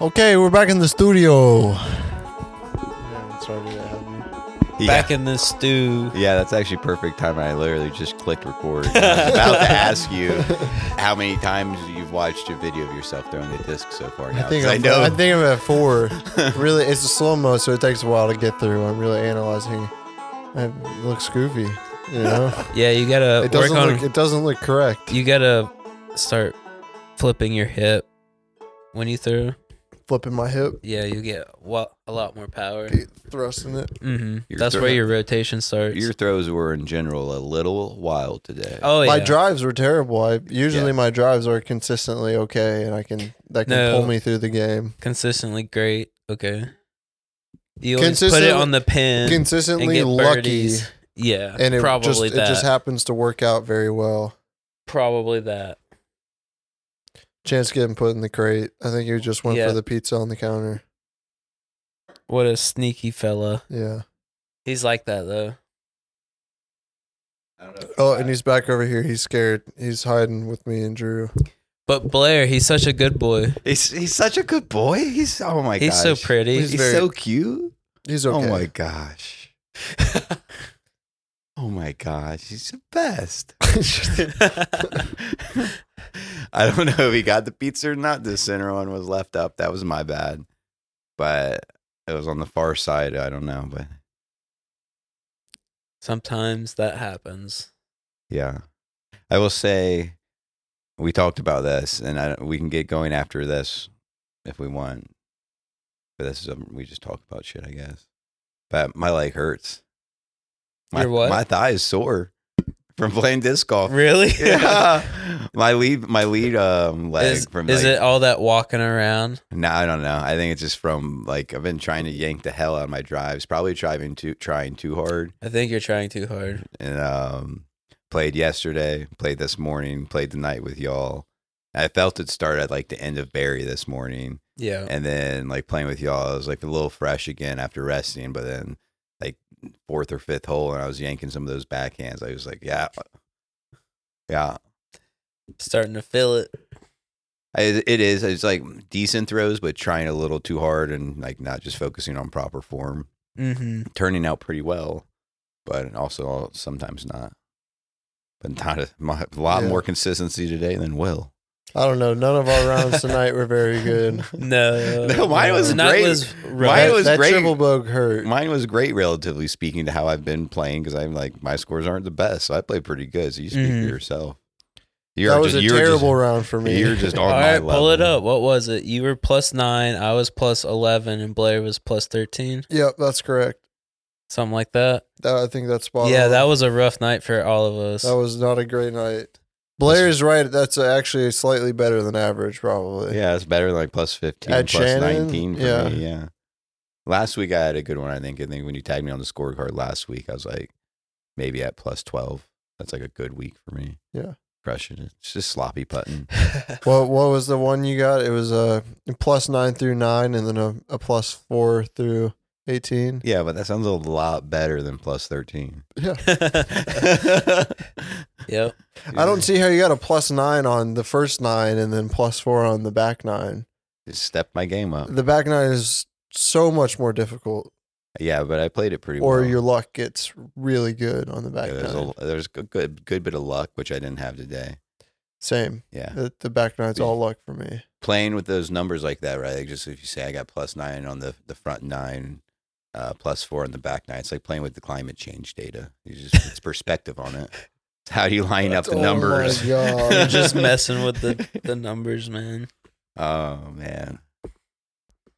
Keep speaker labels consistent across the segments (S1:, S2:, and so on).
S1: Okay, we're back in the studio.
S2: Yeah, sorry that happened.
S3: Back in the stew.
S4: Yeah, that's actually perfect time. I literally just clicked record. I was about to ask you how many times you've watched a video of yourself throwing a disc so far now.
S1: I think
S4: 'cause
S1: I'm,
S4: I know.
S1: I think I'm at four. really, it's a slow mo, so it takes a while to get through. I'm really analyzing. It looks goofy, you know.
S3: Yeah, you gotta
S1: it
S3: Uh, work
S1: doesn't
S3: on.
S1: look. It doesn't look correct.
S3: you gotta start flipping your hip when you throw.
S1: Flipping my hip,
S3: Yeah, you get wa- a lot more power.
S1: be thrusting it.
S3: hmm
S4: Your
S3: That's
S4: throw-
S3: where your rotation starts.
S4: your throws were in general a little wild today.
S3: oh yeah.
S1: My drives were terrible. I usually
S4: Yeah.
S1: my drives are consistently okay, and I can that can
S3: No.
S1: pull me through the game.
S3: consistently great. Okay. You always put it
S1: Consistent-
S3: on the pin and
S1: Consistently
S3: get
S1: lucky,
S3: birdies. Yeah,
S1: and it
S3: probably
S1: just
S3: that.
S1: it just happens to work out very well.
S3: probably that.
S1: Chance getting put in the crate. I think you just went
S3: Yeah.
S1: for the pizza on the counter.
S3: What a sneaky fella.
S1: Yeah.
S3: He's like that though.
S4: I don't know.
S1: Oh, and he's back over here. He's scared. He's hiding with me and Drew.
S3: But Blair, he's such a good boy.
S4: he's, he's such a good boy. He's oh my
S3: he's
S4: gosh.
S3: so pretty.
S4: He's,
S1: He's very-
S4: so cute.
S1: He's okay.
S4: Oh my gosh. oh my gosh. He's the best. I don't know if he got the pizza or not. The center one was left up. That was my bad. But it was on the far side. I don't know. But
S3: Sometimes that happens.
S4: yeah. I will say we talked about this and I, we can get going after this if we want. But this is, we just talk about shit, I guess. But my leg hurts. My,
S3: Your what?
S4: my thigh is sore from playing disc golf.
S3: Really?
S4: yeah. My lead, my lead um, leg
S3: is
S4: from
S3: is
S4: like,
S3: it all that walking around?
S4: No, I don't know. I think it's just from like I've been trying to yank the hell out of my drives, probably driving too trying too hard.
S3: I think you're trying too hard.
S4: And um played yesterday, played this morning, played the night with y'all. I felt it start at like the end of Barry this morning.
S3: Yeah.
S4: And then like playing with y'all, I was like a little fresh again after resting, but then like fourth or fifth hole and I was yanking some of those backhands. I was like, Yeah. uh, Yeah.
S3: Starting to feel it.
S4: I- It is. It's like decent throws, but trying a little too hard and like not just focusing on proper form.
S3: Mm-hmm.
S4: turning out pretty well, but also sometimes not. But not a, my, a lot
S1: Yeah.
S4: more consistency today than Will.
S1: I don't know. None of our rounds tonight were very good.
S3: No.
S4: No, mine was
S3: Not
S4: great.
S3: was
S4: Mine
S1: that,
S4: was
S1: that
S4: great.
S1: triple bug hurt.
S4: Mine was great, relatively speaking, to how I've been playing because I'm like my scores aren't the best, so I play pretty good. So you speak
S3: Mhm.
S4: for yourself. You're
S1: that was a
S4: you're
S1: terrible round for me.
S4: You're just on
S3: All
S4: my
S3: right,
S4: level.
S3: pull it up. What was it? You were plus nine. I was plus eleven, and Blair was plus thirteen,
S1: yep, that's correct.
S3: something like that.
S1: That, I think that's spot
S3: yeah,
S1: on.
S4: uh,
S3: that was a rough night for all of us.
S1: that was not a great night. Blair's right. That's actually slightly better than average, probably.
S4: Yeah, it's better than like plus 15,
S1: At
S4: plus
S1: Shannon?
S4: 19 for
S1: Yeah.
S4: me. Yeah. Last week I had a good one, I think. I think when you tagged me on the scorecard last week, I was like maybe at plus 12. That's like a good week for me.
S1: Yeah.
S4: Crushing it. It's just sloppy putting.
S1: What What was the one you got? It was a plus nine through nine, and then a, a plus four through eighteen.
S4: Yeah, but that sounds a lot better than plus 13.
S1: Yeah,
S3: yep.
S1: I don't see how you got a plus nine on the first nine, and then plus four on the back nine.
S4: Just step my game up.
S1: The back nine is so much more difficult,
S4: Yeah, but I played it pretty
S1: or
S4: well.
S1: your luck gets really good on the back
S4: yeah, there's
S1: nine.
S4: a there's a good good bit of luck which I didn't have today.
S1: Same.
S4: Yeah.
S1: The, the back nine's all luck for me.
S4: playing with those numbers like that, right? Like just if you say I got plus nine on the, the front nine, uh, plus four on the back nine, it's like playing with the climate change data. You just it's perspective on it. It's how do you line up the
S1: Oh
S4: numbers?
S1: my God.
S3: You're just messing with the the numbers, man.
S4: Oh man.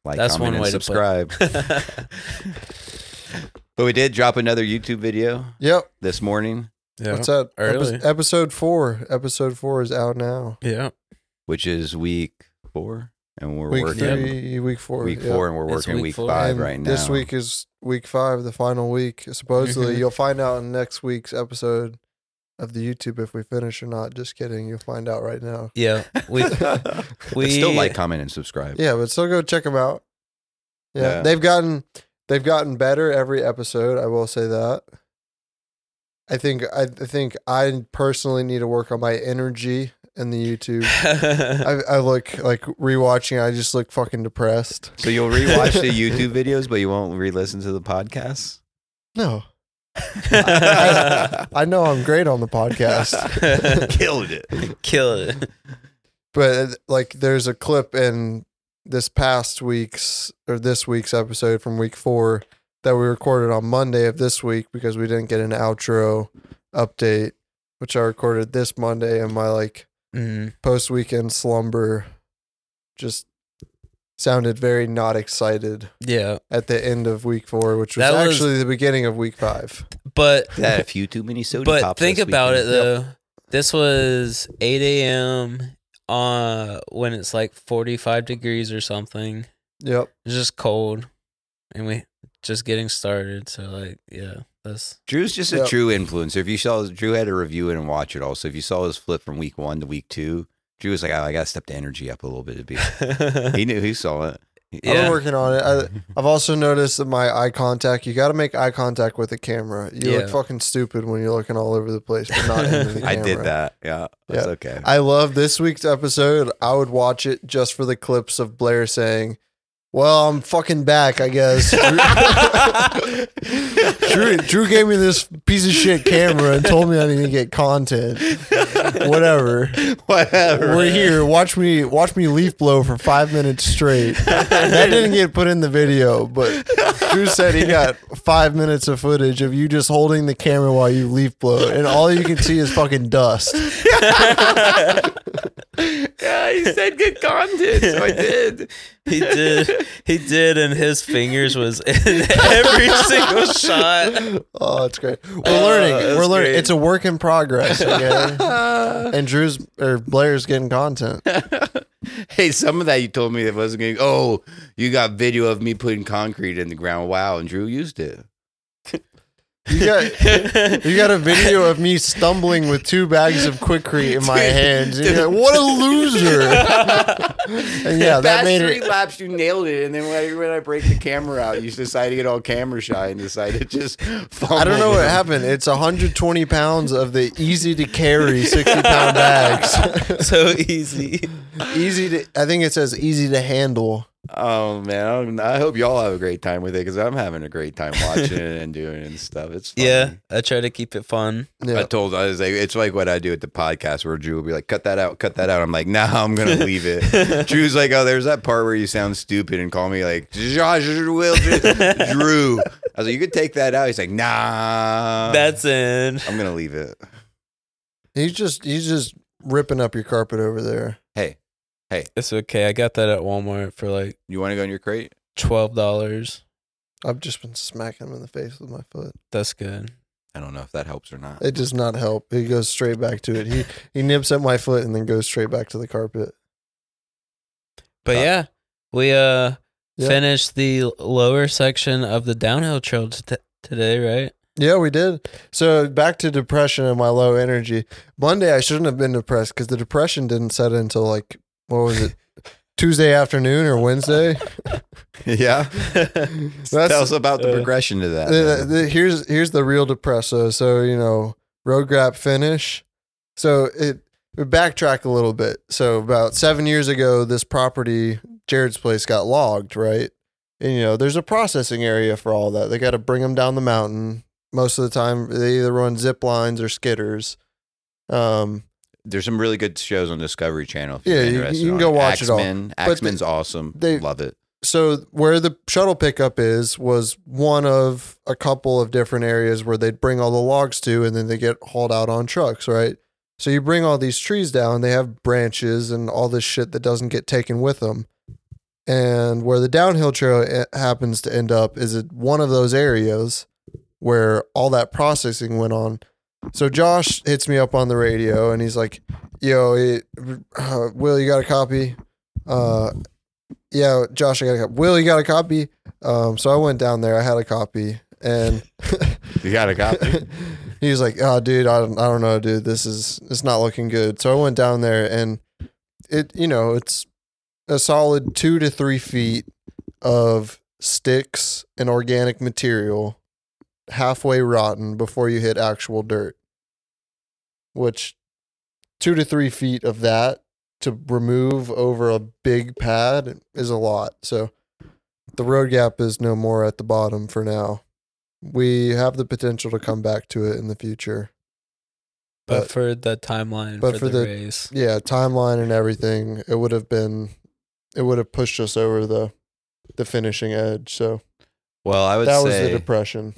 S4: Like
S3: That's
S4: comment
S3: one
S4: and
S3: way to play.
S4: subscribe. but we did drop another YouTube video
S1: Yep.
S4: this morning,
S3: Yeah.
S1: What's that?
S3: Early.
S1: episode four. Episode four is out now.
S3: Yeah.
S4: which is week four, and we're
S1: Week
S4: working
S1: three, week four.
S4: week
S1: yeah.
S4: four, and we're
S3: It's
S4: working
S3: week
S4: week,
S3: four.
S4: five
S1: And
S4: right now.
S1: This week is week five, the final week. Supposedly,
S3: Mhm.
S1: you'll find out in next week's episode of the YouTube if we finish or not. Just kidding. You'll find out right now.
S3: Yeah. We
S4: But still
S3: we-
S4: like, comment, and subscribe.
S1: Yeah, but still go check them out. Yeah,
S4: Yeah.
S1: they've gotten They've gotten better every episode. I will say that. I think I, I think I personally need to work on my energy in the YouTube. I, I look like rewatching. I just look fucking depressed.
S4: So you'll rewatch the YouTube videos, but you won't re-listen to the podcasts.
S1: No, I- I know I'm great on the podcast,
S4: Killed it.
S3: Kill it.
S1: but uh, like there's a clip in this past week's or this week's episode from week four that we recorded on Monday of this week because we didn't get an outro update, which I recorded this Monday in my like
S3: Mm.
S1: post weekend slumber. Just sounded very not excited
S3: Yeah,
S1: at the end of week four, which was
S3: That was-
S1: actually the beginning of week five.
S3: but
S4: Had a few too many soda
S3: but
S4: pops
S3: think
S4: this
S3: about it
S4: weekend.
S3: though. This was 8 a.m. Uh, when it's like 45 degrees or something.
S1: Yep.
S3: It's just cold, and we just getting started. So like, yeah, that's
S4: Drew's just a
S1: Yep.
S4: true influencer. If you saw Drew had to review it and watch it all, so if you saw his flip from week one to week two, Drew was like, "Oh, I gotta step the energy up a little bit." To be, he knew he saw it.
S1: I've been
S3: Yeah.
S1: working on it. I, I've also noticed that my eye contact, you got to make eye contact with the camera. You
S3: Yeah.
S1: look fucking stupid when you're looking all over the place, but not into the
S4: I
S1: camera.
S4: did that. Yeah, that's okay.
S1: I love this week's episode. I would watch it just for the clips of Blair saying, Well, I'm fucking back, I guess. Drew, Drew gave me this piece of shit camera and told me I need to get content. Whatever.
S4: Whatever.
S1: We're here. Watch me watch me leaf blow for five minutes straight. that didn't get put in the video, but Drew said he got five minutes of footage of you just holding the camera while you leaf blow, and all you can see is fucking dust.
S4: yeah, he said good content, so I did.
S3: He did. He did, and his fingers was in every single shot.
S1: Oh, it's great. We're learning.
S3: Ah, that's
S1: We're learning.
S3: great.
S1: It's a work in progress. Okay? and Drew's or Blair's getting content.
S4: hey, some of that you told me that wasn't going. to Oh, you got video of me putting concrete in the ground. Wow, and Drew used it.
S1: You got. You got a video of me stumbling with two bags of quickrete in my hands. And you're like, what a loser! and yeah, that
S4: Past
S1: made
S4: three
S1: it.
S4: laps, you nailed it, and then when I, when I break the camera out, you decide to get all camera shy and decide to just. Fumble
S1: I don't know what
S4: with
S1: happened. It's 120 pounds of the easy to carry 60 pound bags.
S3: so easy.
S1: easy to, I think it says easy to handle.
S4: it. Oh man, I, don't, I hope y'all have a great time with it because I'm having a great time watching it and doing it and stuff. It's funny.
S3: Yeah, I try to keep it fun.
S1: Yeah.
S4: I told I was like, it's like what I do at the podcast where Drew will be like, cut that out, cut that out. I'm like, nah, I'm gonna leave it. Drew's like, oh, there's that part where you sound stupid and call me like Josh Will Drew. I was like, you could take that out. He's like, nah,
S3: That's in.
S4: I'm gonna leave it.
S1: He's just he's just ripping up your carpet over there.
S4: Hey,
S3: It's okay. I got that at Walmart for like
S4: you want to go in your crate?
S3: twelve dollars.
S1: I've just been smacking him in the face with my foot.
S3: That's good.
S4: I don't know if that helps or not.
S1: It does not help. He goes straight back to it. He he nips at my foot and then goes straight back to the carpet.
S3: But
S4: Uh,
S3: yeah, we uh
S1: Yeah.
S3: finished the lower section of the downhill trail t- today, right?
S1: Yeah, we did. So back to depression and my low energy. Monday, I shouldn't have been depressed because the depression didn't set in until like what was it, Tuesday afternoon or Wednesday.
S4: yeah, tell us about the
S3: uh,
S4: progression to that.
S1: the,
S4: man.
S1: the- here's here's the real depresso. So you know, road grab finish. So it we backtrack a little bit. So about seven years ago, this property, Jared's place, got logged, right? And you know, there's a processing area for all that. They got to bring them down the mountain. Most of the time, they either run zip lines or skidders. Um,
S4: There's some really good shows on Discovery Channel. if you're
S1: Yeah, you-
S4: interested
S1: you can
S4: on
S1: go watch it all.
S4: Axeman.
S1: the-
S4: Axeman's awesome.
S1: they-
S4: Love it.
S1: so where the shuttle pickup is was one of a couple of different areas where they'd bring all the logs to and then they get hauled out on trucks right so you bring all these trees down they have branches and all this shit that doesn't get taken with them and where the downhill trail e- happens to end up is at one of those areas where all that processing went on so josh hits me up on the radio and he's like yo it, uh, will you got a copy uh, yeah, Josh, I got a copy. Will, you got a copy? Um, so I went down there. I had a copy, and
S4: You got a copy.
S1: he was like, "Oh, dude, I don't, I don't know, dude. This is it's not looking good." So I went down there, and it, you know, it's a solid two to three feet of sticks and organic material halfway rotten before you hit actual dirt, which two to three feet of that to remove over a big pad is a lot. So the road gap is no more at the bottom for now. We have the potential to come back to it in the future.
S3: But,
S1: But-
S3: for the timeline,
S1: but
S3: for,
S1: for
S3: the,
S1: the-
S3: race,
S1: yeah timeline and everything it would have been it would have pushed us over the the finishing edge so
S4: Well, I would
S1: that was the
S4: say
S1: depression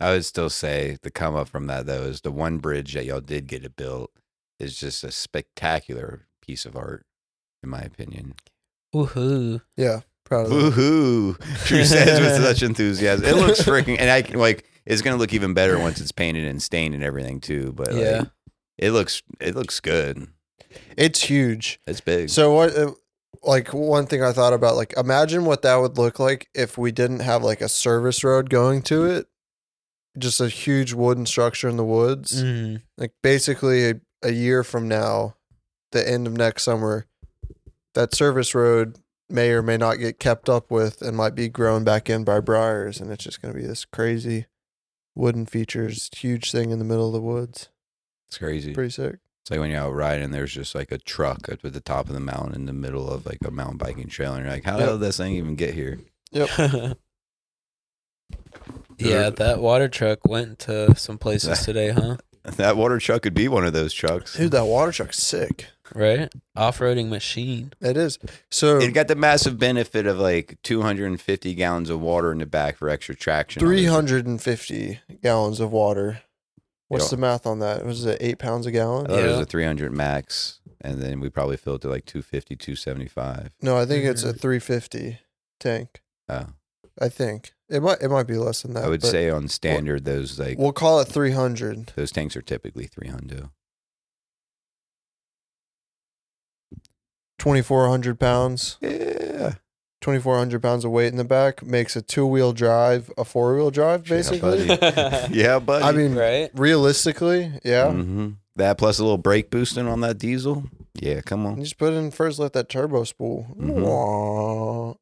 S4: I would still say the come up from that though is the one bridge that y'all did get it built is just a spectacular piece of art, in my opinion.
S3: woohoo!
S1: yeah proud of that.
S4: Woohoo! Drew says with such enthusiasm. It looks freaking, and I can, like it's gonna look even better once it's painted and stained and everything too. But like,
S3: Yeah.
S4: it looks it looks good.
S1: it's huge
S4: It's big.
S1: so what uh, like one thing i thought about like imagine what that would look like if we didn't have like a service road going to
S4: Mm.
S1: it just a huge wooden structure in the woods
S3: Mhm.
S1: like basically a, a year from now, the end of next summer, that service road may or may not get kept up with and might be grown back in by briars and it's just going to be this crazy wooden features huge thing in the middle of the woods
S4: it's crazy.
S1: pretty sick
S4: It's like when you're out riding, there's just like a truck up at the top of the mountain in the middle of like a mountain biking trail, and you're like, how the
S1: Yep.
S4: hell did this thing even get here?
S3: yeah, that water truck went to some places today, huh?
S4: That water truck could be one of those trucks.
S1: dude that water truck's sick
S3: Right? Off roading machine.
S1: it is so
S4: It got the massive benefit of like 250 gallons of water in the back for extra traction. on it.
S1: 350 gallons of water what's
S4: Yeah.
S1: the math on that was it eight pounds a
S4: I
S1: gallon
S4: thought it was
S3: Yeah.
S4: a 300 max, and then we probably filled to like 250, 275.
S1: no i think it's a 350 tank
S4: Mm. Oh,
S1: i think it might it might be less than that
S4: I would
S1: but-
S4: say on standard, those like
S1: We'll call it 300.
S4: those tanks are typically 300.
S1: 2,400 pounds.
S4: Yeah,
S1: 2,400 pounds of weight in the back makes a two wheel drive, a four wheel drive, basically.
S4: buddy. yeah, buddy.
S1: I mean,
S3: right?
S1: realistically, yeah.
S4: hmm that plus a little brake boosting on that diesel. Yeah, come
S1: You
S4: on.
S1: just put in first, let that turbo spool.
S4: Mhm.
S1: Wah.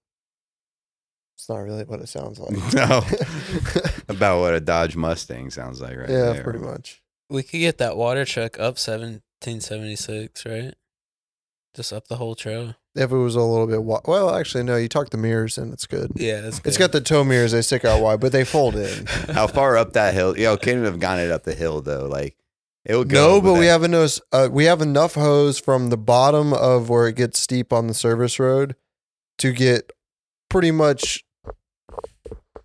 S1: It's not really what it sounds like.
S4: no, about what a Dodge Mustang sounds like, right?
S1: yeah,
S4: there.
S1: pretty much.
S3: We could get that water truck up 1776, right? Just up the whole trail.
S1: If it was a little bit wide. Well, actually, no, you talk the mirrors and it's good.
S3: Yeah, that's good.
S1: It's got the toe mirrors, they stick out wide, but they fold in.
S4: How far up that hill? Yo, couldn't have gone it up the hill though. Like it would go.
S1: No, but
S4: with
S1: we
S4: that-
S1: have enough. Uh, we have enough hose from the bottom of where it gets steep on the service road to get pretty much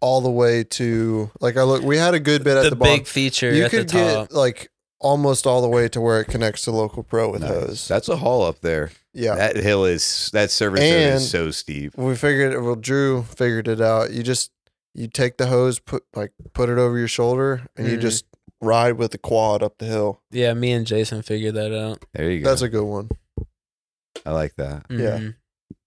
S1: all the way to like I look. We had a good bit at
S3: the,
S1: the, bottom.
S3: big feature
S1: you
S3: at the
S1: could
S3: top.
S1: get like almost all the way to where it connects to local pro with
S4: Nice.
S1: hose.
S4: That's a haul up there.
S1: yeah,
S4: That hill is that service road
S1: And-
S4: is so steep.
S1: we figured. it Well, Drew figured it out. You just you take the hose, put like put it over your shoulder, and you
S3: Mhm.
S1: just ride with the quad up the hill.
S3: yeah, me and Jason figured that out.
S4: There you go.
S1: That's a good one.
S4: I like that.
S1: Yeah.
S3: Mhm.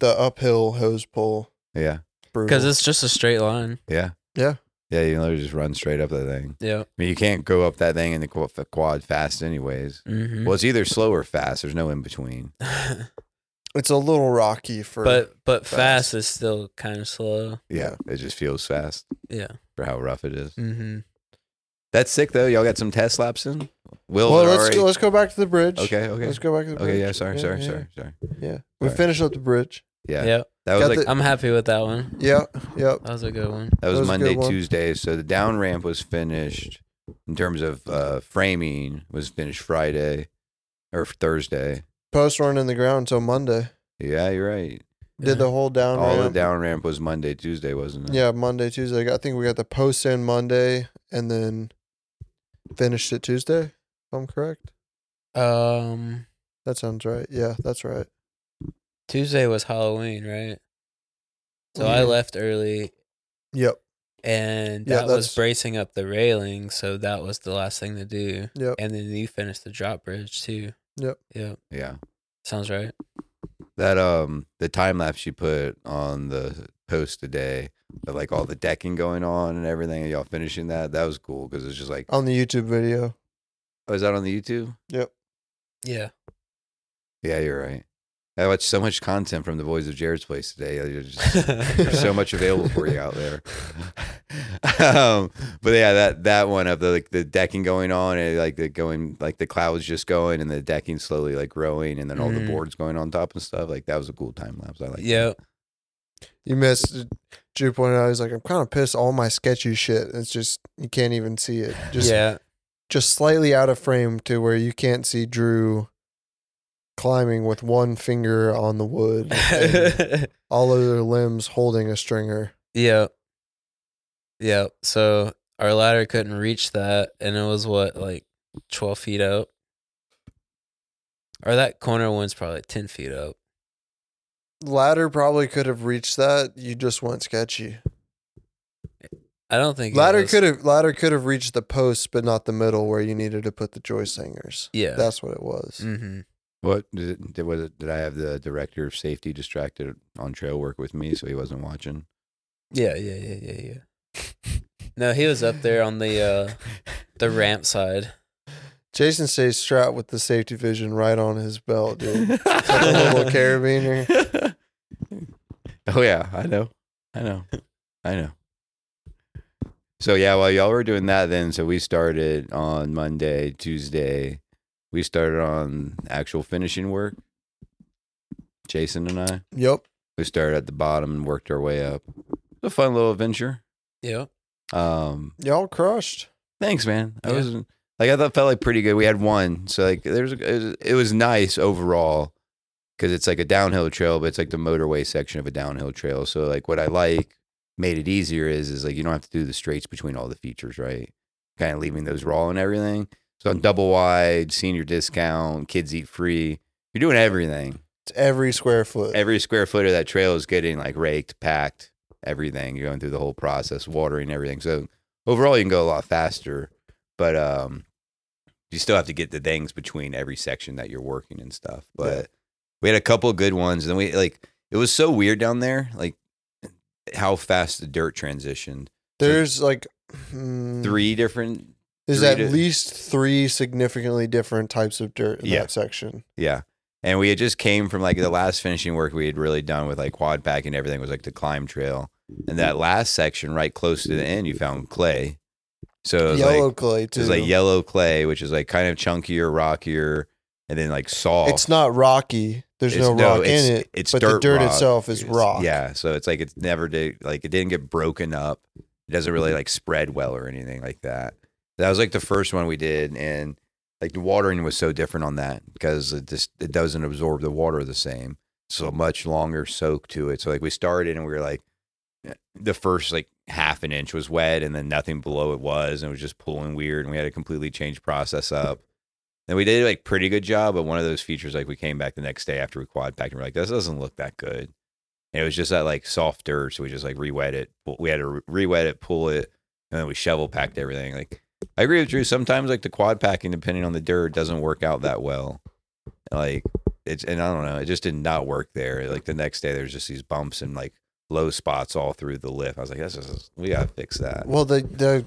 S1: The uphill hose pull.
S4: Yeah,
S3: Because
S1: Because
S3: it's just a straight line.
S4: yeah,
S1: Yeah.
S4: yeah. You literally just run straight up that thing.
S3: Yeah.
S4: I mean, you can't go up that thing in the qu- quad fast, anyways.
S3: hmm
S4: Well, it's either slow or fast. There's no in between.
S1: It's a little rocky for
S3: but but
S1: fast.
S3: fast is still kind of slow.
S4: Yeah, it just feels fast
S3: Yeah.
S4: for how rough it is.
S3: Mm-hmm.
S4: That's sick though. Y'all got some test laps in. Will
S1: well,
S4: had
S1: let's
S4: already-
S1: go, let's go back to the bridge.
S4: Okay, okay,
S1: Let's go back to the bridge.
S4: okay. Yeah, sorry, sorry,
S1: yeah,
S4: sorry, sorry.
S1: Yeah. We
S4: Alright.
S1: finish up the bridge.
S4: Yeah,
S3: Yep.
S4: that was
S1: Got
S4: like
S1: the-
S3: I'm happy with that one.
S1: Yeah. Yep.
S3: That was a good one.
S4: That was,
S1: That was a good
S4: Monday,
S1: one.
S4: Tuesday. So the down ramp was finished in terms of uh, framing was finished Friday or Thursday.
S1: Post weren't in the ground until Monday.
S4: Yeah, you're right.
S1: Did the whole down
S4: All
S1: ramp.
S4: the down ramp was Monday, Tuesday, wasn't it?
S1: Yeah, Monday, Tuesday. I think we got the post in Monday and then finished it Tuesday, if I'm correct.
S3: Um,
S1: That sounds right. Yeah, that's right.
S3: Tuesday was Halloween, right? So I
S1: Mhm.
S3: left early
S1: Yep.
S3: and
S1: Yeah,
S3: that was
S1: that's-
S3: bracing up the railing, so that was the last thing to do.
S1: Yep.
S3: And then you finished the drop bridge too.
S1: Yep.
S3: Yep.
S4: Yeah.
S3: Sounds right.
S4: That um the time lapse you put on the post today of like all the decking going on and everything, and y'all finishing that, that was cool because it's just like
S1: On the YouTube video.
S4: oh, is that on the YouTube?
S1: Yep.
S3: Yeah.
S4: Yeah, you're right. I watched so much content from the boys of Jared's place today. I just- there's so much available for you out there. um, but yeah, that that one of the like the decking going on and like the going like the clouds just going and the decking slowly like growing and then all the
S3: Mhm.
S4: boards going on top and stuff. Like that was a cool time lapse. I like.
S3: yep.
S1: You missed. Drew pointed out. He's like, I'm kind of pissed. All my sketchy shit. It's just you can't even see it. Just
S3: yeah.
S1: just slightly out of frame to where you can't see Drew climbing with one finger on the wood, and all other limbs holding a stringer.
S3: Yep. Yep. So our ladder couldn't reach that, and it was what like twelve feet out, or that corner one's probably ten feet out.
S1: Ladder probably could have reached that. You just went sketchy.
S3: I don't think it
S1: Ladder
S3: was-
S1: could have ladder could have reached the post, but not the middle where you needed to put the joist hangers.
S3: Yeah.
S1: That's what it was.
S3: hmm
S4: What did, it, did was it? Did I have the director of safety distracted on trail work with me so he wasn't watching?
S3: Yeah. Yeah. Yeah. Yeah. Yeah. No, he was up there on the uh the ramp side.
S1: Jason stays strapped with the safety vision right on his belt, dude. Like a little carabiner.
S4: Oh yeah, I know. I know. I know. So yeah, while y'all were doing that then, so we started on Monday, Tuesday. We started on actual finishing work. Jason and I.
S1: Yep.
S4: We started at the bottom and worked our way up. It was a fun little adventure.
S3: Yep.
S4: Um
S1: Y'all crushed.
S4: Thanks, man. I
S3: Yeah.
S4: was like I thought felt like pretty good. We had one, so like there's it was, it was nice overall because it's like a downhill trail, but it's like the motorway section of a downhill trail. So like what I like made it easier is is like you don't have to do the straights between all the features, right? Kind of leaving those raw and everything. So on double wide, senior discount, kids eat free. You're doing everything.
S1: It's every square foot.
S4: Every square foot of that trail is getting like raked, packed, everything. You're going through the whole process, watering everything. So overall, you can go a lot faster, but um, you still have to get the things between every section that you're working and stuff. But we had a couple good ones, and we like it was so weird down there, like how fast the dirt transitioned.
S1: There's like mm,
S4: Three different,
S1: There's
S4: three
S1: at
S4: to-
S1: least three significantly different types of dirt in
S4: Yeah.
S1: that section.
S4: yeah. And we had just came from like the last finishing work we had really done with like quad pack and everything was like the climb trail. And that last section right close to the end, you found clay. So it was
S1: Yellow
S4: Uh, like
S1: clay
S4: it
S1: too.
S4: was like yellow clay, which is like kind of chunkier, rockier, and then like soft.
S1: It's not rocky. There's
S4: It's-
S1: no
S4: no,
S1: rock
S4: it's-
S1: in it.
S4: it's
S1: but the
S4: dirt
S1: dirt
S4: rock.
S1: itself is
S4: It's-
S1: rock.
S4: Yeah, so it's like it's never did like it didn't get broken up. It doesn't
S1: Mm-hmm.
S4: really like spread well or anything like that. That was like the first one we did, and like the watering was so different on that because it just it doesn't absorb the water the same. So much longer soak to it. So like we started and we were like eh, the first like half an inch was wet and then nothing below it was and it was just pulling weird and we had to completely change process up. And we did like pretty good job, but one of those features like we came back the next day after we quad packed and we're like, this doesn't look that good. And it was just that like soft dirt, so we just like re-wet it. Well, We had to re-wet it, pull it, and then we shovel packed everything. Like I agree with Drew. Sometimes like the quad packing, depending on the dirt, doesn't work out that well. Like it's and I don't know, it just did not work there. Like the next day, there's just these bumps and like low spots all through the lift. I was like, that's just we gotta fix that.
S1: Well, the the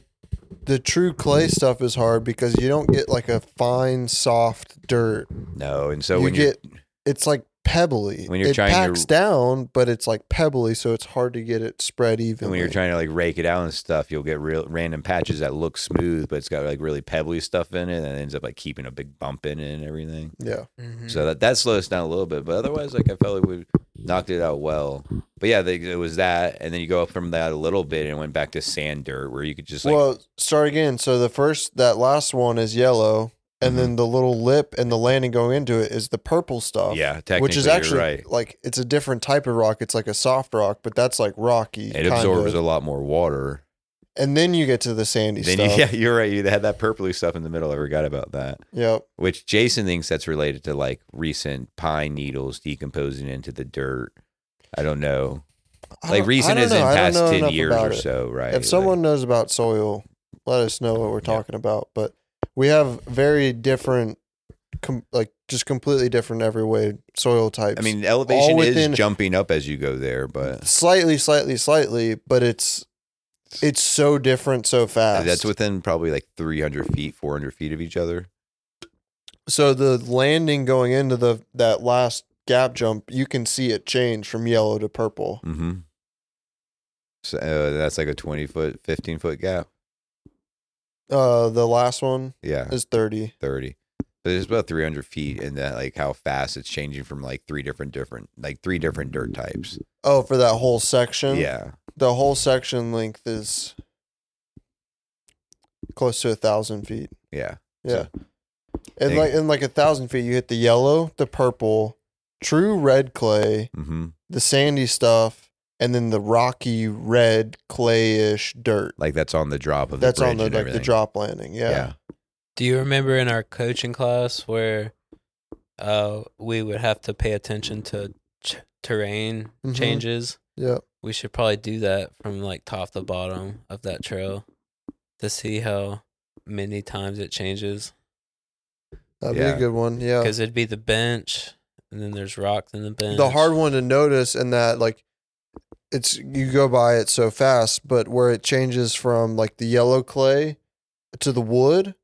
S1: the true clay stuff is hard because you don't get like a fine soft dirt.
S4: No, and so
S1: You
S4: when
S1: get- It's like pebbly.
S4: When you're
S1: it
S4: trying to-
S1: packs down, but it's like pebbly, so it's hard to get it spread
S4: And
S1: evenly.
S4: when you're trying to like rake it out and stuff, you'll get real random patches that look smooth, but it's got like really pebbly stuff in it, and it ends up like keeping a big bump in it and everything.
S1: yeah,
S3: Mhm.
S1: Mm.
S4: So that that slowed us down a little bit, but otherwise, like I felt like we knocked it out well. But yeah, they, it was that, and then you go up from that a little bit and went back to sand dirt, where you could just like
S1: well, start again. So the first, that last one is yellow, and
S4: Mm-hmm.
S1: then the little lip and the landing going into it is the purple stuff.
S4: yeah, technically
S1: which is actually
S4: you're right.
S1: like it's a different type of rock. It's like a soft rock, but that's like rocky.
S4: It
S1: kind
S4: absorbs
S1: of.
S4: a lot more water.
S1: and then you get to the sandy
S4: Then you,
S1: stuff.
S4: yeah, you're right. You had that purpley stuff in the middle. I forgot about that.
S1: Yep.
S4: which Jason thinks that's related to like recent pine needles decomposing into the dirt. I don't know.
S1: I don't-
S4: Like
S1: I
S4: recent
S1: don't
S4: is in
S1: know. I don't
S4: past
S1: know
S4: ten
S1: enough
S4: years
S1: about
S4: or
S1: it.
S4: so, right? Like,
S1: If someone knows about soil, let us know what we're
S4: Yeah.
S1: talking about. But we have very different, com- like just completely different every way soil types.
S4: I mean, elevation
S1: within-
S4: is jumping up as you go there, but
S1: slightly, slightly, slightly, but it's it's so different so fast.
S4: that's within probably like three hundred feet, four hundred feet of each other.
S1: so the landing going into the that last gap jump, you can see it change from yellow to purple.
S4: Mm-hmm. So uh, that's like a twenty foot, fifteen foot gap.
S1: Uh, the last one
S4: Yeah,
S1: is thirty.
S4: thirty. So there's about three hundred feet in that, like how fast it's changing from like three different, different, like three different dirt types.
S1: Oh, for that whole section.
S4: Yeah,
S1: The whole section length is close to a thousand feet.
S4: yeah.
S1: Yeah.
S4: So-
S1: And
S4: Dang.
S1: like in like a thousand feet, you hit the yellow, the purple, true red clay,
S4: Mm-hmm.
S1: the sandy stuff, and then the rocky red clayish dirt.
S4: Like that's on the drop of
S1: That's
S4: the bridge
S1: on the
S4: and
S1: like the
S4: everything.
S1: drop landing. Yeah.
S4: yeah.
S3: Do you remember in our coaching class where uh, we would have to pay attention to ch- terrain
S1: Mhm.
S3: changes?
S1: Yep.
S3: We should probably do that from like top to bottom of that trail to see how many times it changes.
S1: That'd be
S4: Yeah.
S1: a good one. Yeah.
S3: Because it'd be the bench, and then there's rocks in the bench.
S1: the hard one to notice in that like it's you go by it so fast but where it changes from like the yellow clay to the wood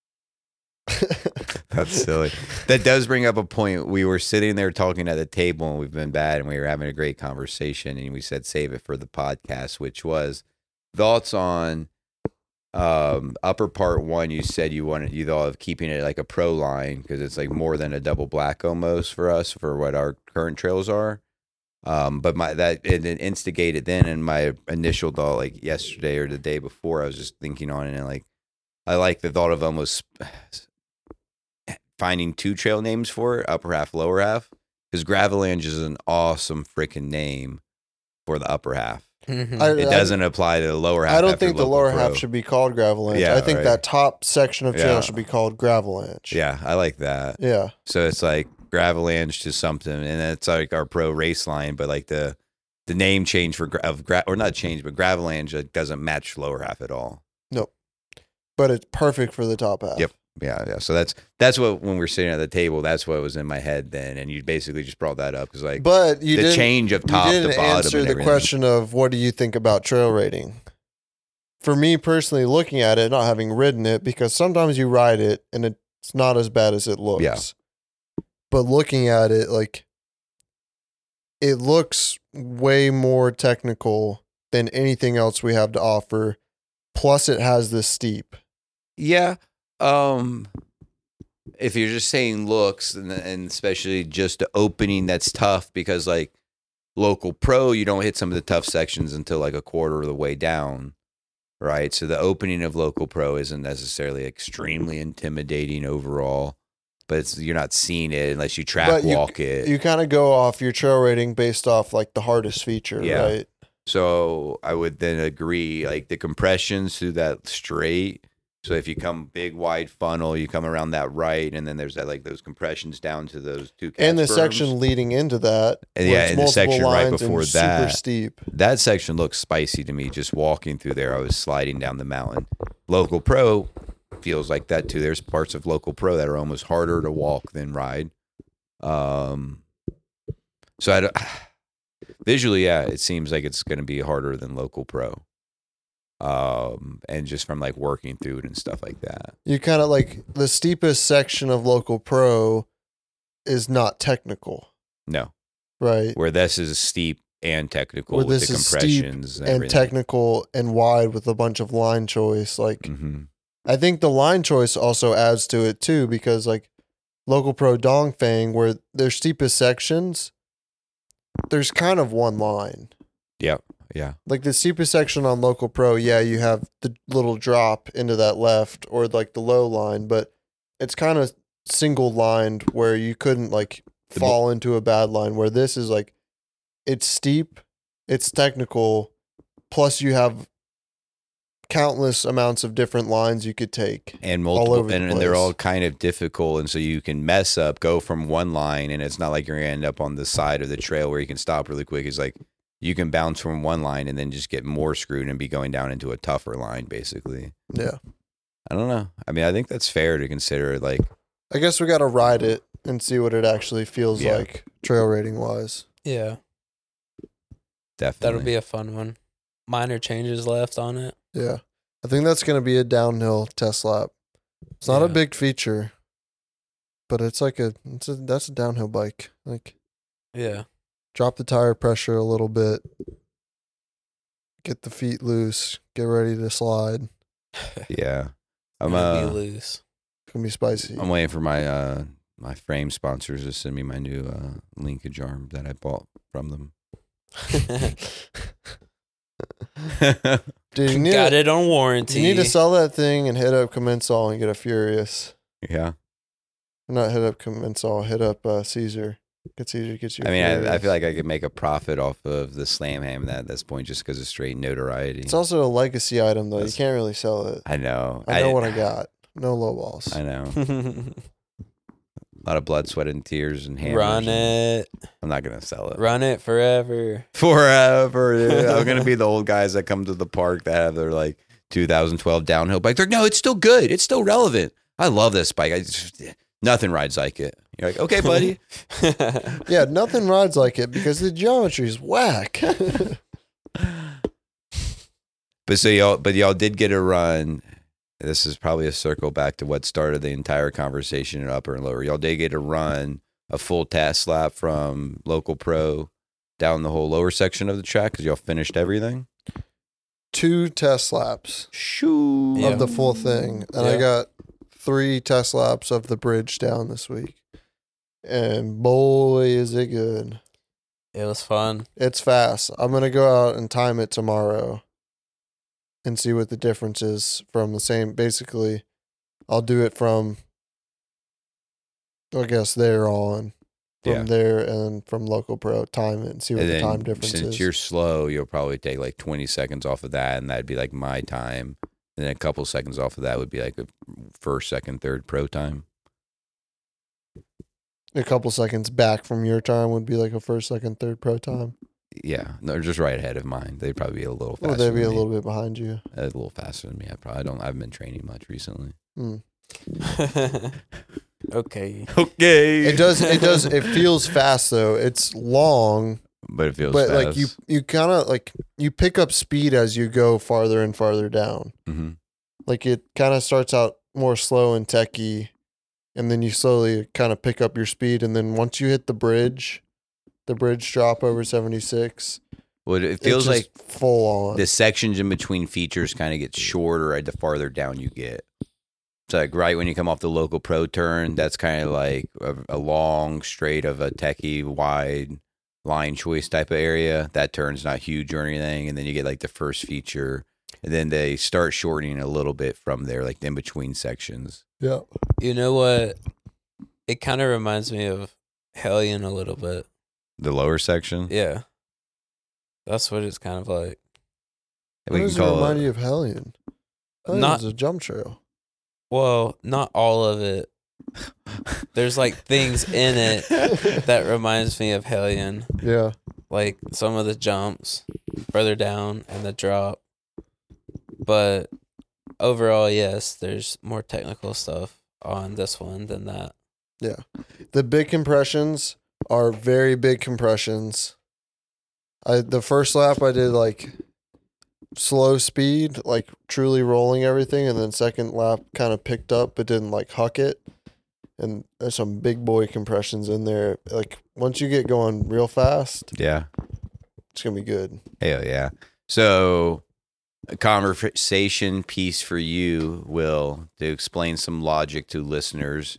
S4: That's silly. That does bring up a point. We were sitting there talking at the table and we've been bad and we were having a great conversation and we said save it for the podcast, which was thoughts on um upper part one you said you wanted you thought of keeping it like a pro line because it's like more than a double black almost for us for what our current trails are um but my that and then instigated then and my initial thought like yesterday or the day before i was just thinking on it and like i like the thought of almost finding two trail names for it, upper half, lower half, because Gravelange is an awesome freaking name for the upper half.
S3: Mhm.
S1: I-
S4: It
S1: I-
S4: doesn't apply to the lower half.
S1: I don't
S4: after
S1: think the
S4: local
S1: lower
S4: pro.
S1: half should be called gravelange.
S4: Yeah,
S1: I think
S4: right.
S1: that top section of trail
S4: Yeah.
S1: should be called gravelange.
S4: Yeah, I like that.
S1: Yeah.
S4: So it's like Gravelange to something, and it's like our pro race line, but like the the name change for gra- of gra- or not change, but Gravelange like, doesn't match lower half at all.
S1: But it's perfect for the top half.
S4: Yep. Yeah, yeah. So that's that's what when we we're sitting at the table, that's what was in my head then, and you basically just brought that up because like
S1: But you
S4: the
S1: didn't,
S4: change of
S1: you
S4: top
S1: didn't
S4: to bottom.
S1: answer
S4: and
S1: the
S4: everything.
S1: question of what do you think about trail rating? For me personally, looking at it, not having ridden it, because sometimes you ride it and it's not as bad as it looks.
S4: Yeah.
S1: But looking at it, like it looks way more technical than anything else we have to offer. Plus, it has this steep.
S4: Yeah. Um if you're just saying looks and, and especially just the opening that's tough because like local pro you don't hit some of the tough sections until like a quarter of the way down right so the opening of local pro isn't necessarily extremely intimidating overall but it's, you're not seeing it unless you track
S1: But you-
S4: walk it
S1: You kind of go off your trail rating based off like the hardest feature,
S4: Yeah.
S1: right?
S4: So I would then agree, like the compressions through that straight. So if you come big wide funnel, you come around that right, and then there's that like those compressions down to those two.
S1: and the
S4: catch berms.
S1: section leading into that,
S4: And
S1: where
S4: Uh, yeah,
S1: it's
S4: and the
S1: multiple
S4: section right
S1: lines and
S4: before that.
S1: super steep.
S4: that section looks spicy to me. Just walking through there, I was sliding down the mountain. Local pro feels like that too. There's parts of local pro that are almost harder to walk than ride. Um, so I don't, visually, yeah, it seems like it's going to be harder than local pro. Um, and just from like working through it and stuff like that.
S1: You kind of like the steepest section of local pro is not technical,
S4: No,
S1: right?
S4: where this is steep and technical
S1: Where
S4: with
S1: this
S4: the
S1: is steep
S4: compressions and,
S1: And technical and wide with a bunch of line choice. Like
S4: hmm
S1: I think the line choice also adds to it too, because like local pro Dongfang, where their steepest sections, there's kind of one line.
S4: Yeah.
S1: like the steepest section on local pro yeah you have the little drop into that left or like the low line but it's kind of single lined where you couldn't like
S4: The mo-
S1: fall into a bad line where this is like it's steep it's technical plus you have countless amounts of different lines you could take
S4: and
S1: all
S4: multiple
S1: over the
S4: and, and they're
S1: place.
S4: all kind of difficult and so you can mess up go from one line and it's not like you're gonna end up on the side of the trail where you can stop really quick it's like you can bounce from one line and then just get more screwed and be going down into a tougher line basically
S1: yeah
S4: i don't know i mean i think that's fair to consider like
S1: i guess we got to ride it and see what it actually feels
S4: Yeah.
S1: like trail rating wise
S3: yeah,
S4: definitely
S3: that'll be a fun one. Minor changes left on it.
S1: yeah i think that's going to be a downhill test lap it's not a
S3: Yeah.
S1: big feature but it's like a it's a that's a downhill bike. Like
S3: Yeah.
S1: drop the tire pressure a little bit, get the feet loose, get ready to slide.
S4: Yeah. I'm
S3: Maybe
S4: uh,
S3: loose.
S1: It's gonna be spicy.
S4: I'm waiting for my uh my frame sponsors to send me my new uh linkage arm that I bought from them.
S1: Dude, you need,
S3: Got
S1: to,
S3: it on warranty.
S1: you need to sell that thing and hit up Commensal and get a Furious.
S4: yeah.
S1: Not hit up Commensal, hit up uh, Caesar. Get Caesar, get you. a
S4: I mean, I, I
S1: Furious.
S4: feel like I could make a profit off of the slam ham at this point just because of straight notoriety.
S1: it's also a legacy item though. You
S4: That's-
S1: can't really sell it.
S4: I know.
S1: I know what I got. No low balls.
S4: I know.
S3: run
S4: A lot of blood, sweat, and tears and hammers. and-
S3: it.
S4: I'm not gonna sell it
S3: Run it forever.
S4: forever. dude. I'm gonna be the old guys that come to the park that have their like 2012 downhill bike. They're like, no, it's still good. It's still relevant. I love this bike. I just, nothing rides like it. You're like, okay, buddy.
S1: Yeah, nothing rides like it because the geometry's whack.
S4: But so y'all, but y'all did get a run. This is probably a circle back to what started the entire conversation in upper and lower. Y'all did get a run, a full task lap from local pro down the whole lower section of the track because y'all finished everything.
S1: Two test laps
S4: Shoo!
S3: Yeah.
S1: of the full thing, and I
S3: Yeah.
S1: got three test laps of the bridge down this week. And boy, is it good!
S3: it was fun.
S1: It's fast. I'm gonna go out and time it tomorrow, and see what the difference is from the same. Basically, I'll do it from, I guess there on, from
S4: Yeah.
S1: there and from local pro time it and see what
S4: And
S1: the
S4: then
S1: time difference
S4: since
S1: is.
S4: you're slow, you'll probably take like 20 seconds off of that, and that'd be like my time. And then a couple seconds off of that would be like a first, second, third pro time.
S1: a couple seconds back from your time would be like a first, second, third
S4: Mm,
S1: pro time.
S4: Yeah, no, just right ahead of mine. They'd probably be a little faster.
S1: Or they'd be
S4: than
S1: a
S4: me.
S1: little bit behind you.
S4: a little faster than me. I probably don't. I haven't been training much recently.
S1: Mm.
S3: okay.
S4: Okay,
S1: It does. It does. It feels fast though. It's long,
S4: but it feels.
S1: but
S4: fast.
S1: like you, you kind of like you pick up speed as you go farther and farther down.
S4: hmm
S1: Like it kind of starts out more slow and techy, and then you slowly kind of pick up your speed, and then once you hit the bridge, the bridge drop over seventy six.
S4: Well, it feels like
S1: full on.
S4: the sections in between features kind of get shorter right, the farther down you get. So like right when you come off the local pro turn, that's kind of like a, a long straight of a techie wide line choice type of area. That turn's not huge or anything, and then you get like the first feature, and then they start shortening a little bit from there, like in between sections.
S1: yeah.
S3: You know what? It kind of reminds me of Hellion a little bit.
S4: The lower section,
S3: Yeah. That's what it's kind of like.
S1: What does it remind you of Hellion? Hellion's
S3: Not-
S1: a jump trail.
S3: Well, not all of it. There's like things in it that reminds me of Hellion.
S1: Yeah.
S3: Like some of the jumps further down and the drop. But overall, yes, there's more technical stuff on this one than that.
S1: The big compressions are very big compressions. I the first lap I did like slow speed, like truly rolling everything, and then second lap kind of picked up but didn't like huck it. And there's some big boy compressions in there. Like once you get going real fast,
S4: yeah.
S1: it's gonna be good.
S4: Hell yeah. So, a conversation piece for you, Will, to explain some logic to listeners.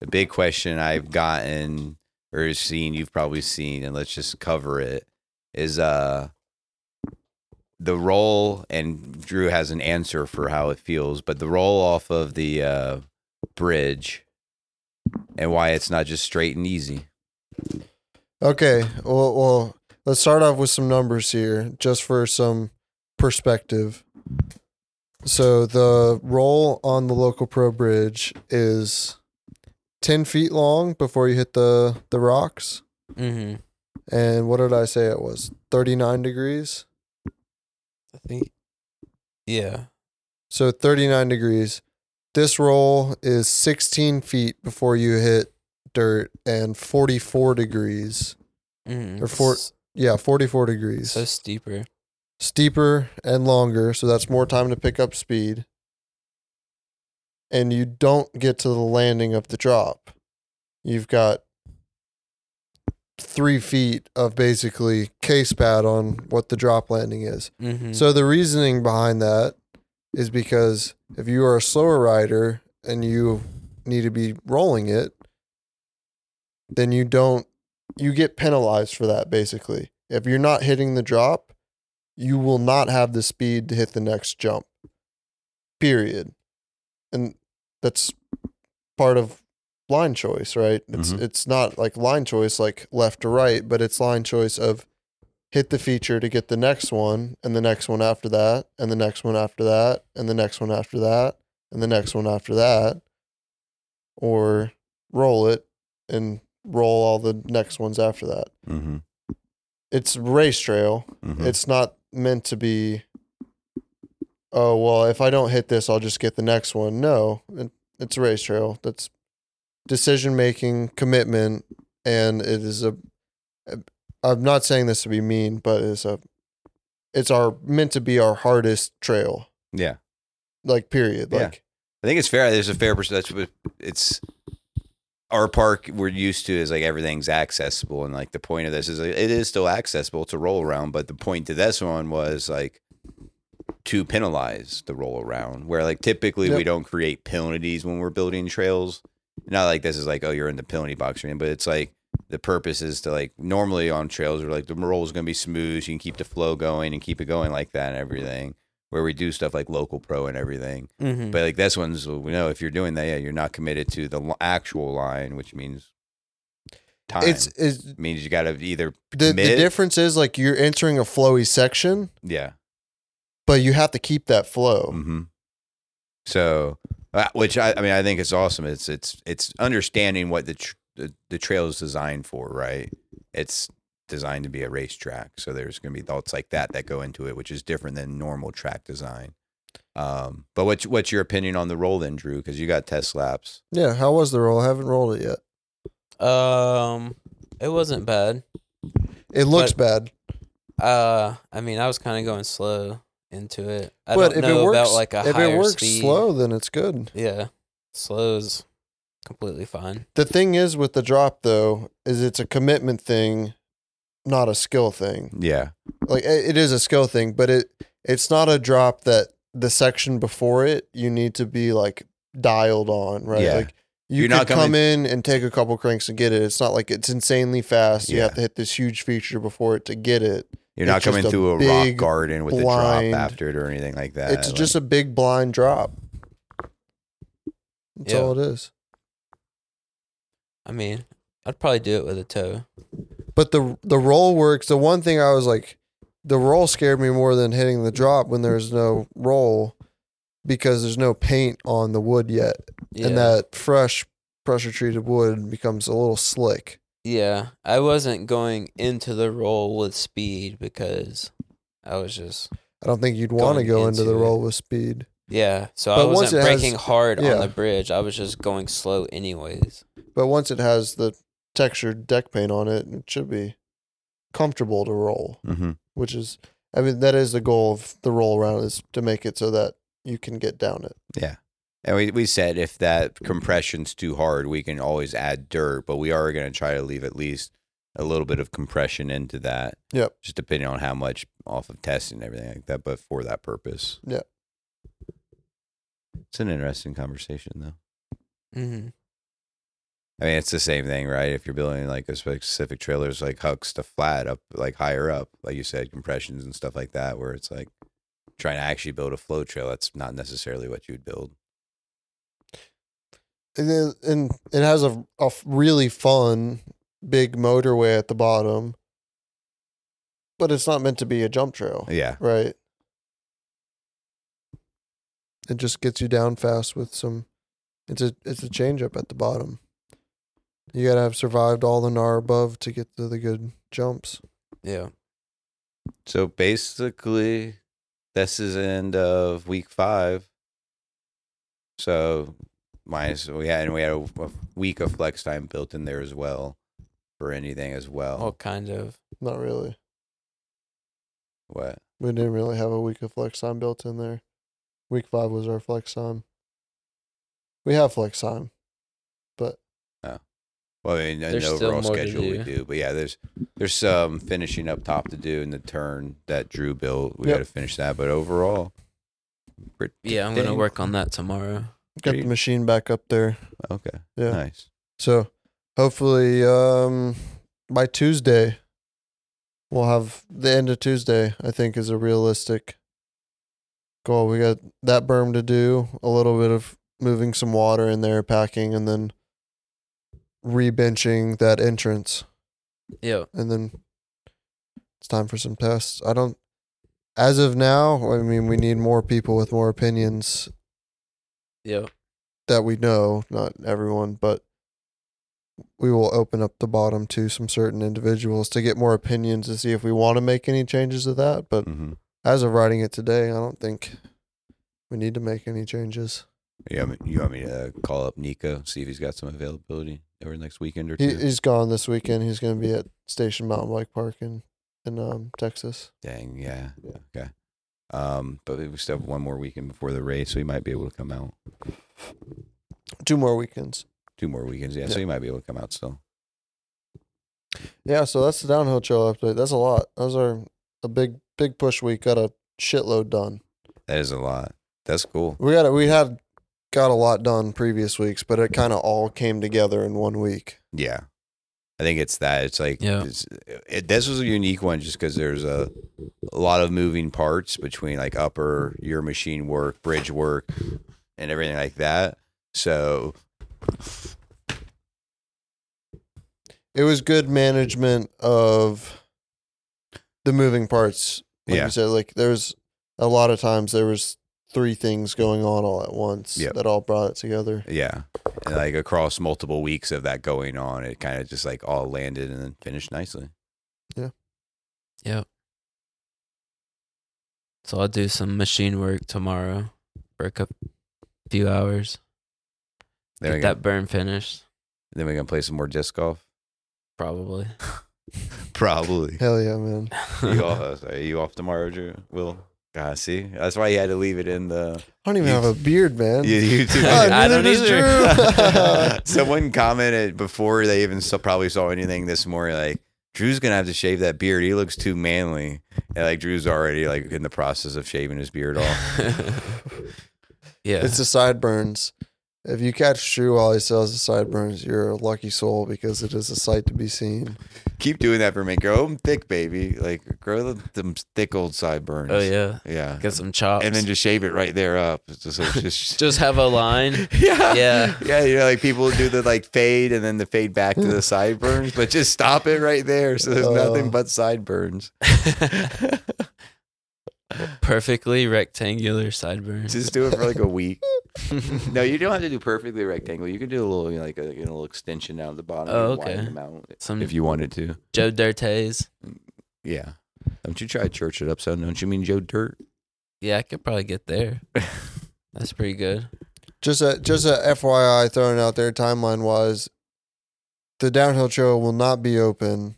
S4: The big question I've gotten or seen, you've probably seen, and let's just cover it is uh, the roll, and Drew has an answer for how it feels, but the roll off of the uh, bridge and why it's not just straight and easy.
S1: Okay. Well, well, let's start off with some numbers here, just for some perspective. So the roll on the local pro bridge is ten feet long before you hit the the rocks.
S3: Mm-hmm.
S1: And what did I say it was? Thirty nine degrees.
S3: I think. Yeah.
S1: So thirty nine degrees. This roll is sixteen feet before you hit dirt, and forty four degrees.
S3: Mm-hmm.
S1: Or four- Yeah, forty four degrees.
S3: So steeper.
S1: steeper and longer, so that's more time to pick up speed. And you don't get to the landing of the drop. you've got three feet of basically case pad on what the drop landing is.
S3: Mm-hmm.
S1: So the reasoning behind that is because if you are a slower rider and you need to be rolling it, then you don't you get penalized for that basically. If you're not hitting the drop, you will not have the speed to hit the next jump. Period. And that's part of line choice, right? It's
S4: Mhm.
S1: it's not like line choice like left to right, but it's line choice of hit the feature to get the next one and the next one after that and the next one after that and the next one after that and the next one after that or roll it and roll all the next ones after that
S4: Mm-hmm.
S1: it's race trail
S4: Mm-hmm.
S1: it's not meant to be oh well if i don't hit this i'll just get the next one no it, it's a race trail that's decision making commitment and it is a i'm not saying this to be mean but it's a it's our meant to be our hardest trail
S4: yeah.
S1: like period
S4: Yeah.
S1: like
S4: I think it's fair. There's a fair percent. That's what it's our park we're used to is like everything's accessible, and like the point of this is like, it is still accessible to roll around, but the point to this one was like to penalize the roll around, where like typically we
S1: Yep.
S4: don't create penalties when we're building trails. Not like this is like oh you're in the penalty box or anything, but it's like the purpose is to like normally on trails we're like the roll is going to be smooth, you can keep the flow going and keep it going like that and everything. Where we do stuff like local pro and everything.
S3: Mhm.
S4: But like this one's, uh, we know if you're doing that, yeah, you're not committed to the li- actual line, which means time.
S1: it's it's
S4: means you got to either
S1: the, the
S4: Mid-
S1: difference is like you're entering a flowy section
S4: yeah.
S1: but you have to keep that flow
S4: hmm So, uh, which I, I mean, I think it's awesome. It's it's it's understanding what the tr- the, the trail is designed for, right? It's designed to be a racetrack, so there's going to be thoughts like that that go into it, which is different than normal track design. Um, but what's what's your opinion on the roll then, Drew? Because you got test laps.
S1: yeah how was the roll i haven't rolled it yet
S3: um, it wasn't bad.
S1: it looks bad
S3: Uh, I mean, I was kind of going slow into it. I
S1: but
S3: don't
S1: if
S3: know
S1: it works,
S3: about like a
S1: if
S3: higher
S1: it works
S3: speed.
S1: slow, then it's good.
S3: yeah, slow is completely fine.
S1: The thing is with the drop though, is it's a commitment thing, not a skill thing.
S4: Yeah,
S1: Like i- it is a skill thing, but it it's not a drop that the section before it you need to be like dialed on, right?
S4: Yeah.
S1: Like you
S4: You're
S1: could
S4: not
S1: come
S4: coming-
S1: in and take a couple cranks and get it. It's not like it's insanely fast. You
S4: Yeah.
S1: have to hit this huge feature before it to get it.
S4: You're
S1: It's
S4: not coming
S1: just a
S4: through a
S1: big
S4: rock garden with a
S1: blind-
S4: drop after it or anything like that.
S1: it's just a big blind drop. That's
S3: Yeah.
S1: all it is.
S3: I mean, I'd probably do it with a toe.
S1: But the the roll works. The one thing I was like, the roll scared me more than hitting the drop when there's no roll because there's no paint on the wood yet,
S3: Yeah.
S1: and that fresh pressure treated wood becomes a little slick.
S3: Yeah, I wasn't going into the roll with speed because I was just
S1: I don't think you'd want to
S3: Going
S1: go into the
S3: into it.
S1: roll with speed.
S3: yeah. So
S1: But
S3: I
S1: once
S3: wasn't
S1: it has-
S3: breaking hard
S1: yeah.
S3: on the bridge. I was just going slow anyways.
S1: But once it has the textured deck paint on it, it should be comfortable to roll,
S4: hmm
S1: which is I mean that is the goal of the roll around is to make it so that you can get down it.
S4: yeah. And we, we said if that compression's too hard, we can always add dirt, but we are going to try to leave at least a little bit of compression into that.
S1: Yep.
S4: Just depending on how much off of testing and everything like that, but for that purpose.
S1: Yeah.
S4: It's an interesting conversation, though.
S3: Mm-hmm.
S4: I mean, it's the same thing, right? If you're building like a specific trailers, like hooks to flat up, like higher up, like you said, compressions and stuff like that, where it's like trying to actually build a flow trail. That's not necessarily what you would build.
S1: and then- and it has a, a f- really fun big motorway at the bottom, but it's not meant to be a jump trail,
S4: Yeah.
S1: right? It just gets you down fast with some. It's a it's a change up at the bottom. You gotta have survived all the gnar above to get to the good jumps.
S3: Yeah.
S4: So basically, this is end of week five. So minus we had and we had a, a week of flex time built in there as well for anything as well.
S3: All kind of.
S1: Not really.
S4: What?
S1: We didn't really have a week of flex time built in there. Week five was our flex time. We have flex time, but
S4: Oh. Well, I mean, in
S3: There's still
S4: the overall
S3: more to
S4: schedule we
S3: do.
S4: do, but yeah, there's there's some finishing up top to do in the turn that Drew built. We
S1: Yep.
S4: got to finish that, but overall, pretty
S3: Yeah, I'm gonna
S4: dang-
S3: work on that tomorrow.
S1: Got the machine back up there.
S4: Okay,
S1: Yeah.
S4: nice.
S1: So hopefully um by Tuesday we'll have the end of Tuesday, I think is a realistic goal. We got that berm to do, a little bit of moving some water in there, packing and then rebenching that entrance
S3: Yeah,
S1: and then it's time for some tests. I don't as of now, I mean we need more people with more opinions
S3: yeah,
S1: that we know, not everyone, but we will open up the bottom to some certain individuals to get more opinions to see if we want to make any changes to that. But
S4: hmm
S1: as of writing it today, I don't think we need to make any changes.
S4: Yeah, I mean, you want me to uh, call up Nico see if he's got some availability over next weekend or two?
S1: He, he's gone this weekend. He's going to be at Station Mountain Bike Park in in um, Texas.
S4: Dang, yeah, okay. Um, but we still have one more weekend before the race, so he might be able to come out.
S1: Two more weekends.
S4: Two more weekends, yeah, so
S1: Yeah.
S4: he might be able to come out still.
S1: Yeah, so that's the downhill trail update. That's a lot. Those are a big big push week. Got a shitload done.
S4: That is a lot. That's cool.
S1: We got it. We had got a lot done previous weeks, but it kind of all came together in one week.
S4: Yeah. I think it's that. It's like,
S3: Yeah.
S4: it's, it, this was a unique one just because there's a, a lot of moving parts between like upper, your machine work, bridge work, and everything like that. So,
S1: It was good management of the moving parts. Like
S4: Yeah.
S1: you said, like there's a lot of times there was three things going on all at once
S4: Yep.
S1: that all brought it together.
S4: yeah. And like across multiple weeks of that going on, it kind of just like all landed and then finished nicely.
S3: so I'll do some machine work tomorrow for a couple, few hours.
S4: Then we,
S3: get
S4: can,
S3: that burn finished,
S4: then we can play some more disc golf.
S3: probably.
S4: Probably.
S1: Hell yeah, man!
S4: you off, are you off tomorrow, Drew? Will? God, see? That's why you had to leave it in the.
S1: I don't even have a beard, man.
S4: You, you too.
S1: God,
S3: I
S1: neither
S3: don't
S1: does
S3: either.
S1: Drew.
S4: Someone commented before they even saw, probably saw anything this morning, like Drew's gonna have to shave that beard. He looks too manly, and like Drew's already like in the process of shaving his beard off.
S3: yeah,
S1: It's the sideburns. If you catch Drew while he sells the sideburns, you're a lucky soul because it is a sight to be seen.
S4: Keep doing that for me. Grow them thick, baby. Like grow the, them thick old sideburns.
S3: oh yeah,
S4: yeah.
S3: get some chops,
S4: And then just shave it right there up. It's just, it's just-
S3: just have a line.
S4: yeah,
S3: Yeah.
S4: yeah. You know, like people do the like fade and then the fade back to the sideburns, but just stop it right there. So there's
S1: Oh.
S4: nothing but sideburns.
S3: Perfectly rectangular sideburns.
S4: Just do it for like a week. no, you don't have to do perfectly rectangle. You can do a little, you know, like a you know, little extension down at the bottom.
S3: Oh,
S4: and widen
S3: okay. Hmm.
S4: them out
S3: Some
S4: if you wanted to.
S3: Joe Dirtes.
S4: Yeah. Don't you try to church it up, son? Don't you mean Joe Dirt?
S3: Yeah, I could probably get there. That's pretty good.
S1: Just a just a FYI thrown out there timeline wise, the downhill trail will not be open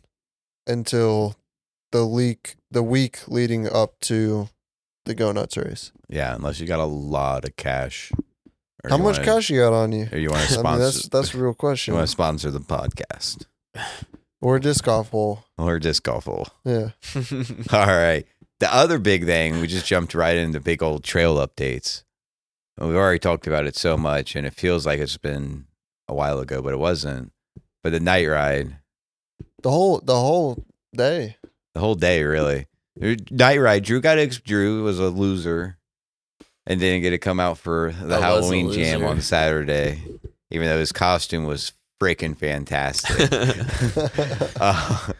S1: until the leak the week leading up to the Go Nuts race.
S4: Yeah, unless you got a lot of cash. Or
S1: How
S4: you
S1: much
S4: wanna-
S1: cash you got on you?
S4: Or you want to
S1: I
S4: sponsor?
S1: mean, that's that's a real
S4: you
S1: question.
S4: want to sponsor the podcast
S1: or a disc golf hole.
S4: or disc golf hole?
S1: Yeah.
S4: All right. The other big thing, we just jumped right into big old trail updates. And We've already talked about it so much, and it feels like it's been a while ago, but it wasn't. But the night ride,
S1: The whole the whole day.
S4: the whole day, really. Night ride. Drew got ex- Drew was a loser, and didn't get to come out for the
S3: I was a
S4: Halloween jam
S3: loser.
S4: on Saturday, even though his costume was freaking fantastic. Uh,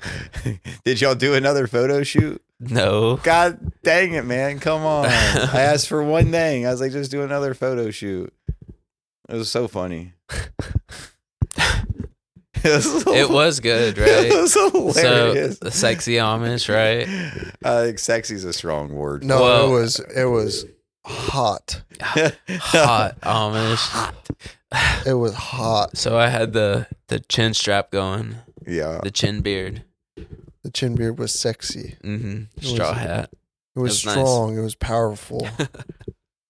S4: did y'all do another photo shoot?
S3: no.
S4: God dang it, man. Come on. I asked for one thing. I was like, just do another photo shoot. It was so funny. it, was so-
S3: It was good,
S4: It
S3: right?
S4: was hilarious.
S3: So the sexy Amish, right?
S4: I think sexy's a strong word.
S1: No,
S3: Well-
S1: it was it was hot.
S3: Hot Amish.
S4: Hot.
S1: It was hot.
S3: So I had the the chin strap going,
S4: Yeah.
S3: the chin beard,
S1: The chin beard was sexy.
S3: hmm
S1: was-
S3: straw hat.
S1: It was
S3: That's nice.
S1: strong. It was powerful. It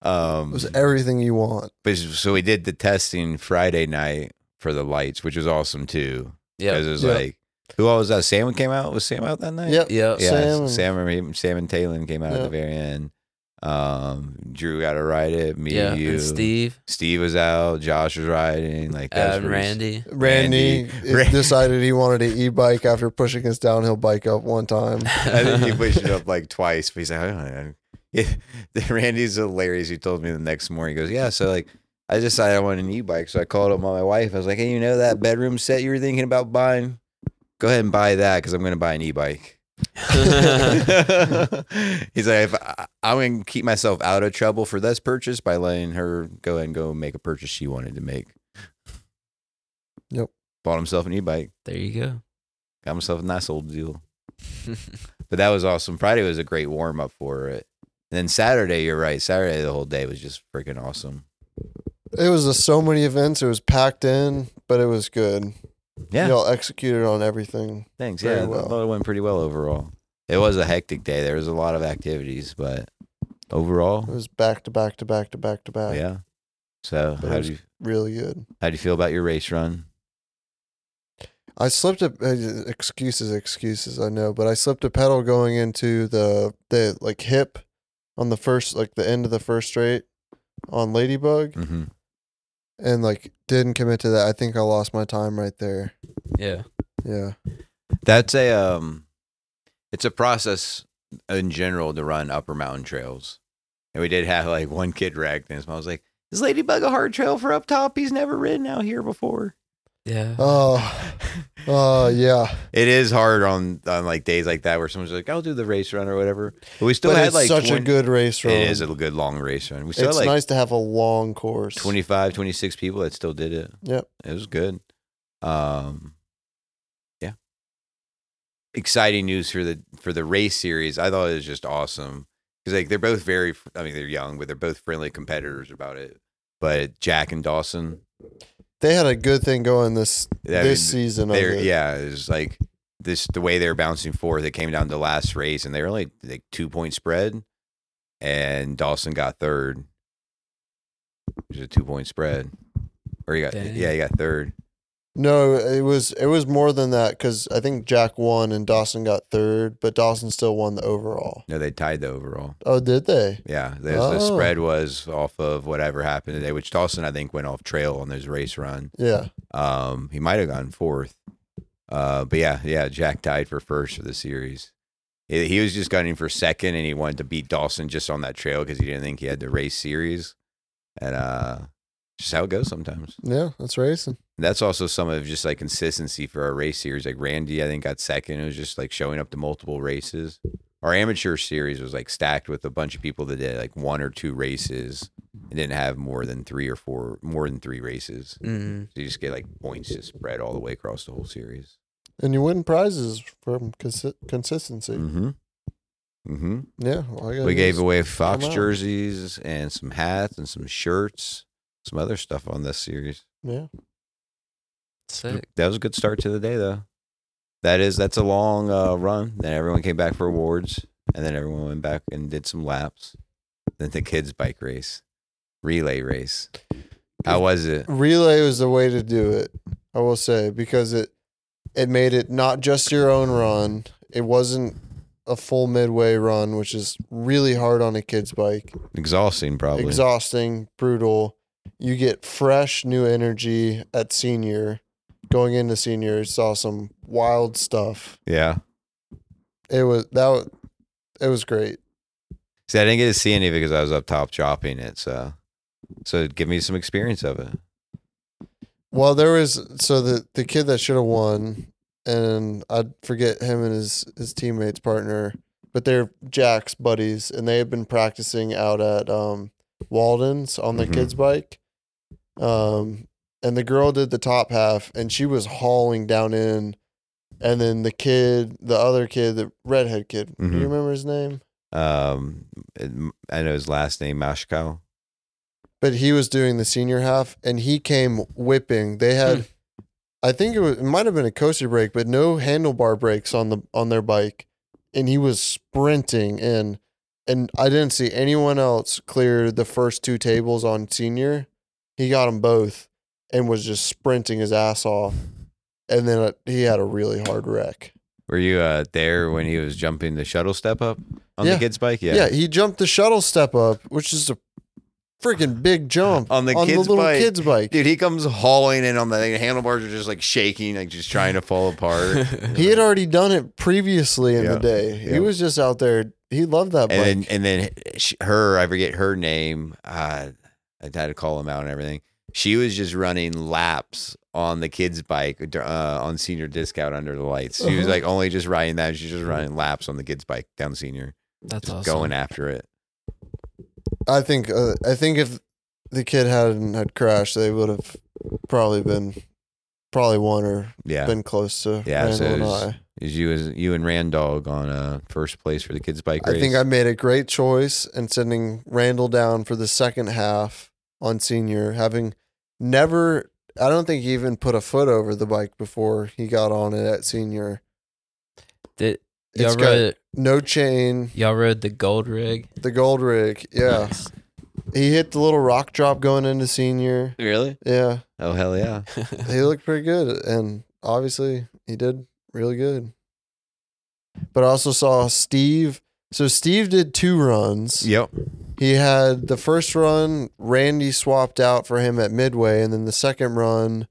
S4: Um
S1: was everything you want.
S4: but so we did the testing Friday night for the lights, which was awesome too.
S3: Yep.
S4: Because it was
S1: Yeah.
S4: like, who all was that? Sam came out? Was Sam out that night?
S1: Yep.
S3: Yep.
S4: Yeah,
S1: Sam
S4: Sam
S1: and-
S4: and Sam, and- Sam and Taylor came out at
S1: Yeah.
S4: the very end. Um, Drew got to ride it. Me,
S3: yeah.
S4: you,
S3: And Steve
S4: Steve was out. Josh was riding. Like that's
S3: and
S4: where we s-
S3: Uh, Randy.
S1: Randy,
S4: Randy. Ra-
S1: decided he wanted an e-bike after pushing his downhill bike up one time.
S4: I think he pushed it up like twice, but he's like, I don't know. Yeah. Randy's hilarious. He told me the next morning, he goes, Yeah, so like, I decided I wanted an e bike. So I called up my wife. I was like, Hey, you know that bedroom set you were thinking about buying? Go ahead and buy that because I'm going to buy an e bike. he's like, if I, I'm going to keep myself out of trouble for this purchase by letting her go ahead and go make a purchase she wanted to make.
S1: Yep.
S4: Bought himself an e bike,
S3: there you go.
S4: got himself a nice old deal. But that was awesome. Friday was a great warm up for it. And then Saturday, you're right. Saturday, the whole day was just freaking awesome.
S1: It was a, so many events. It was packed in, but it was good.
S4: Yeah.
S1: Y'all executed on everything.
S4: Thanks.
S1: very
S4: Yeah.
S1: well.
S4: I thought it went pretty well overall. It was a hectic day. There was a lot of activities, but
S1: It
S4: overall,
S1: was back to back to back to back to back.
S4: yeah. So
S1: But it
S4: how
S1: was-
S4: do you
S1: Really good.
S4: how do you feel about your race run?
S1: I slipped a uh, excuses, excuses. I know, but I slipped a pedal going into the the like hip on the first like the end of the first straight on Ladybug,
S4: Mm-hmm.
S1: and like didn't commit to that. I think I lost my time right there.
S3: yeah.
S1: Yeah,
S4: That's a um, it's a process in general to run upper mountain trails, and we did have like one kid wrecked, and his mom was like, "Is Ladybug a hard trail for up top? He's never ridden out here before."
S3: Yeah.
S1: Oh, oh yeah.
S4: It is hard on on like days like that where someone's like, "I'll do the race run" or whatever. But we still
S1: but
S4: had
S1: it's
S4: like
S1: such a
S4: 20
S1: good race run.
S4: It is a good long race run. We still
S1: It's
S4: had like
S1: nice to have a long course.
S4: 25, 26 people that still did it.
S1: Yep.
S4: it was good. Um, yeah. Exciting news for the for the race series. I thought it was just awesome because like they're both very. I mean, they're young, but they're both friendly competitors about it. But Jack and Dawson,
S1: They had a good thing going this
S4: Yeah, I
S1: this
S4: mean,
S1: season. Of
S4: they're
S1: it.
S4: yeah, it's like this the way they're bouncing forward. It came down to the last race, and they were only like two point spread, and Dawson got third. It was a two point spread, or you got
S3: Dang.
S4: yeah, you got third.
S1: No, it was it was more than that because I think Jack won and Dawson got third, but Dawson still won the overall.
S4: No, they tied the overall.
S1: Oh, did they?
S4: Yeah, there's the
S1: Oh.
S4: spread was off of whatever happened today, which Dawson I think went off trail on his race run.
S1: Yeah.
S4: Um, he might have gone fourth. Uh, but yeah, yeah, Jack tied for first for the series. He, he was just gunning for second, and he wanted to beat Dawson just on that trail because he didn't think he had the race series. And uh, just how it goes sometimes.
S1: Yeah, that's racing.
S4: That's also some of just like consistency for our race series. Like Randy, I think got second. It was just like showing up to multiple races. Our amateur series was like stacked with a bunch of people that did like one or two races and didn't have more than three or four, more than three races.
S3: Mm.
S4: So you just get like points just spread all the way across the whole series.
S1: And you win prizes from consi- consistency.
S4: Mm-hmm. Mm-hmm.
S1: Yeah. all I gotta
S4: We
S1: do
S4: gave
S1: is-
S4: away Fox
S1: out.
S4: jerseys and some hats and some shirts, some other stuff on this series.
S1: Yeah.
S3: Sick.
S4: That was a good start to the day, though. That is, that's a long uh, run. Then everyone came back for awards, and then everyone went back and did some laps. Then the kids' bike race, relay race. How was it?
S1: Relay was the way to do it, I will say, because it it made it not just your own run. It wasn't a full midway run, which is really hard on a kid's bike.
S4: Exhausting, probably.
S1: exhausting, brutal. You get fresh new energy at senior. Going into senior, saw some wild stuff.
S4: yeah.
S1: It was that. wa- It was great.
S4: See, I didn't get to see any of it because I was up top chopping it. So, so give me some experience of it.
S1: Well, there was so the the kid that should have won, and I forget him and his his teammates partner, but they're Jack's buddies, and they had been practicing out at um, Walden's on the
S4: Mhm.
S1: kids' bike. Um, and the girl did the top half, and she was hauling down in, and then the kid, the other kid, the redhead kid, do
S4: Mhm.
S1: you remember his name?
S4: Um, it, I know his last name, Mashkow.
S1: but he was doing the senior half and he came whipping. They had I think it was it might have been a coaster brake, but no handlebar brakes on the on their bike. And he was sprinting in and I didn't see anyone else clear the first two tables on senior. He got them both. and was just sprinting his ass off. And then uh, he had a really hard wreck.
S4: Were you uh, there when he was jumping the shuttle step up on
S1: Yeah.
S4: the kid's bike?
S1: Yeah. he jumped the shuttle step up, which is a freaking big jump
S4: On the kid's
S1: little
S4: bike.
S1: kid's bike.
S4: Dude, he comes hauling in on the, the handlebars are just like shaking, like just trying to fall apart.
S1: He had already done it previously in
S4: Yeah.
S1: the day.
S4: Yeah.
S1: He was just out there. He loved that bike.
S4: and then and then sh her I forget her name. Uh, I had to call him out and everything. She was just running laps on the kids' bike uh, on senior discount under the lights. She was
S1: Uh-huh. Mm-hmm.
S4: like only just riding that. She's just running laps on the kids' bike down senior,
S3: That's
S4: just
S3: awesome.
S4: going after it.
S1: I think uh, I think if the kid hadn't had crashed, they would have probably been probably won or
S4: Yeah,
S1: been close to
S4: Yeah,
S1: Randall
S4: so it
S1: and
S4: was-
S1: I.
S4: Is you as you and Randog on uh, first place for the kids' bike race.
S1: I think I made a great choice in sending Randall down for the second half on senior, having never. I don't think he even put a foot over the bike before he got on it at senior.
S3: Did
S1: It's
S3: y'all
S1: got
S3: rode
S1: no chain,
S3: y'all rode the gold rig?
S1: the gold rig. Yeah,
S3: Nice.
S1: he hit the little rock drop going into senior.
S4: really.
S1: Yeah,
S4: Oh hell yeah!
S1: he looked pretty good, and obviously he did really good. But I also saw Steve. So Steve did two runs.
S4: Yep.
S1: He had the first run, Randy swapped out for him at midway, and then the second run,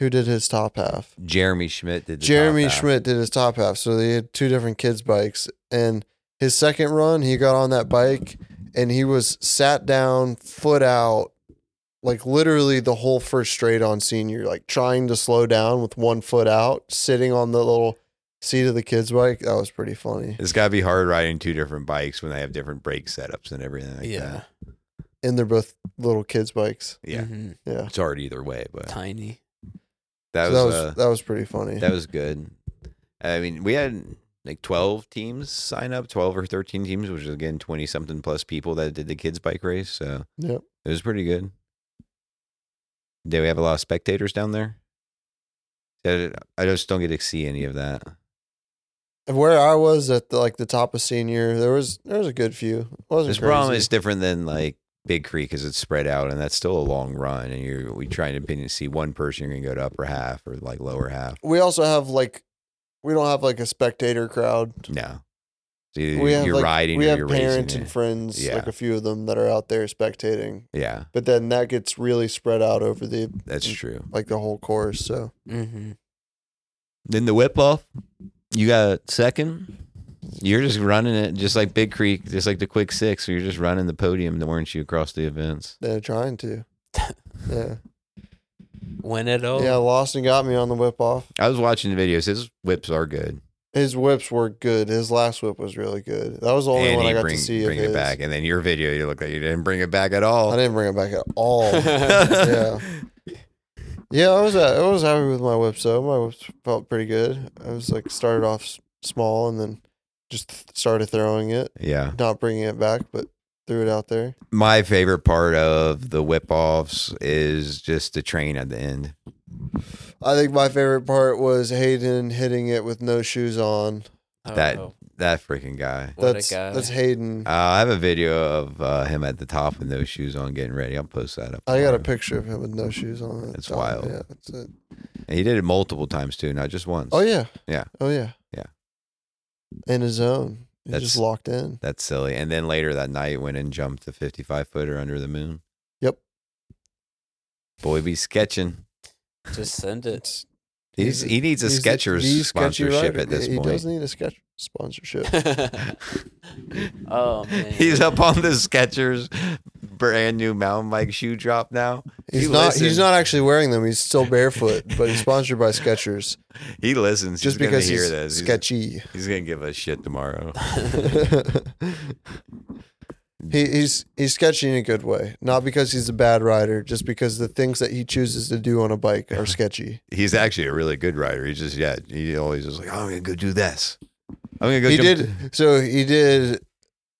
S1: who did his top half?
S4: Jeremy Schmidt did. The
S1: Jeremy
S4: top half.
S1: Schmidt did his top half. So they had two different kids' bikes. And his second run, he got on that bike and he was sat down, foot out, like literally the whole first straight on senior, like trying to slow down with one foot out, sitting on the little seat of the kids' bike. That was pretty funny.
S4: It's got to be hard riding two different bikes when they have different brake setups and everything like
S3: yeah.
S4: that.
S1: And they're both little kids' bikes.
S4: Yeah.
S3: Mhm.
S1: Yeah.
S4: It's hard either way, but
S3: Tiny.
S4: that
S1: So
S4: was,
S1: that was,
S4: uh,
S1: that was pretty funny.
S4: That was good. I mean, we had like 12 teams sign up, 12 or 13 teams, which is again 20 something plus people that did the kids' bike race. So
S1: Yep.
S4: it was pretty good. Did we have a lot of spectators down there? I I just don't get to see any of that.
S1: where I was at the, like the top of senior, there was there was a good few. It wasn't
S4: This problem
S1: crazy.
S4: is different than like Big Creek because it's spread out and that's still a long run. And you're we trying to pin see one person, you're going to go to upper half or like lower half.
S1: we also have like we don't have like a spectator crowd.
S4: No. So you,
S1: we have
S4: you're
S1: like,
S4: riding
S1: we
S4: or
S1: have
S4: you're
S1: parents
S4: racing.
S1: and friends,
S4: Yeah.
S1: like a few of them that are out there spectating.
S4: yeah,
S1: But then that gets really spread out over the
S4: that's true.
S1: like the whole course. So
S3: Mm-hmm.
S4: Then the whip off, you got second. You're just running it, just like Big Creek, just like the quick six. You're just running the podium, weren't you, across the events?
S1: they're trying to. Yeah.
S3: Win it all.
S1: Yeah, lost and got me on the whip off.
S4: I was watching the videos. His whips are good.
S1: His whips were good. His last whip was really good. That was the only
S4: and
S1: one
S4: he
S1: I got
S4: bring,
S1: to see
S4: bring
S1: of
S4: it
S1: his.
S4: back. And then your video, you look like you didn't bring it back at
S1: I
S4: all.
S1: didn't bring it back at all.
S4: yeah.
S1: Yeah, I was uh, I was happy with my whip. So my whips felt pretty good. I was like started off s- small and then just th- started throwing it,
S4: yeah.
S1: not bringing it back, but threw it out there.
S4: My favorite part of the whip offs is just the train at the end.
S1: I think my favorite part was Hayden hitting it with no shoes on.
S3: Oh,
S4: That-
S3: oh,
S4: That freaking guy.
S3: what
S1: that's
S3: a guy.
S1: that's Hayden.
S4: Uh, I have a video of uh, him at the top with no shoes on getting ready. I'll post that up.
S1: I got a
S4: tomorrow.
S1: picture of him with no shoes on. at the
S4: It's
S1: top.
S4: wild.
S1: Yeah, that's it.
S4: And he did it multiple times too, not just once.
S1: Oh yeah.
S4: Yeah.
S1: Oh yeah.
S4: Yeah.
S1: In his zone. He
S4: That's-
S1: just locked in.
S4: That's silly. And then later that night went and jumped the 55 footer under the moon.
S1: Yep.
S4: Boy be sketching.
S3: Just send it.
S1: It's-
S4: He's,
S1: He's-
S4: he needs a
S1: he's the-
S4: Skechers
S1: the sketchy
S4: sponsorship
S1: rider.
S4: at this
S1: he
S4: point.
S1: He does need a sketch sponsorship.
S3: oh man.
S4: He's up on the Skechers brand new mountain bike shoe drop now.
S1: He's
S4: You
S1: not. He's
S4: listen.
S1: not actually wearing them. He's still barefoot, but he's sponsored by Skechers.
S4: He listens.
S1: Just
S4: he's
S1: because
S4: gonna hear
S1: he's
S4: this. He's-
S1: sketchy.
S4: He's, gonna give us shit tomorrow.
S1: he, he's he's sketchy in a good way, not because he's a bad rider, just because the things that he chooses to do on a bike are sketchy.
S4: He's actually a really good rider. He just yeah, he always is like, I'm gonna go do this. I'm gonna go
S1: he
S4: jump
S1: did so. He did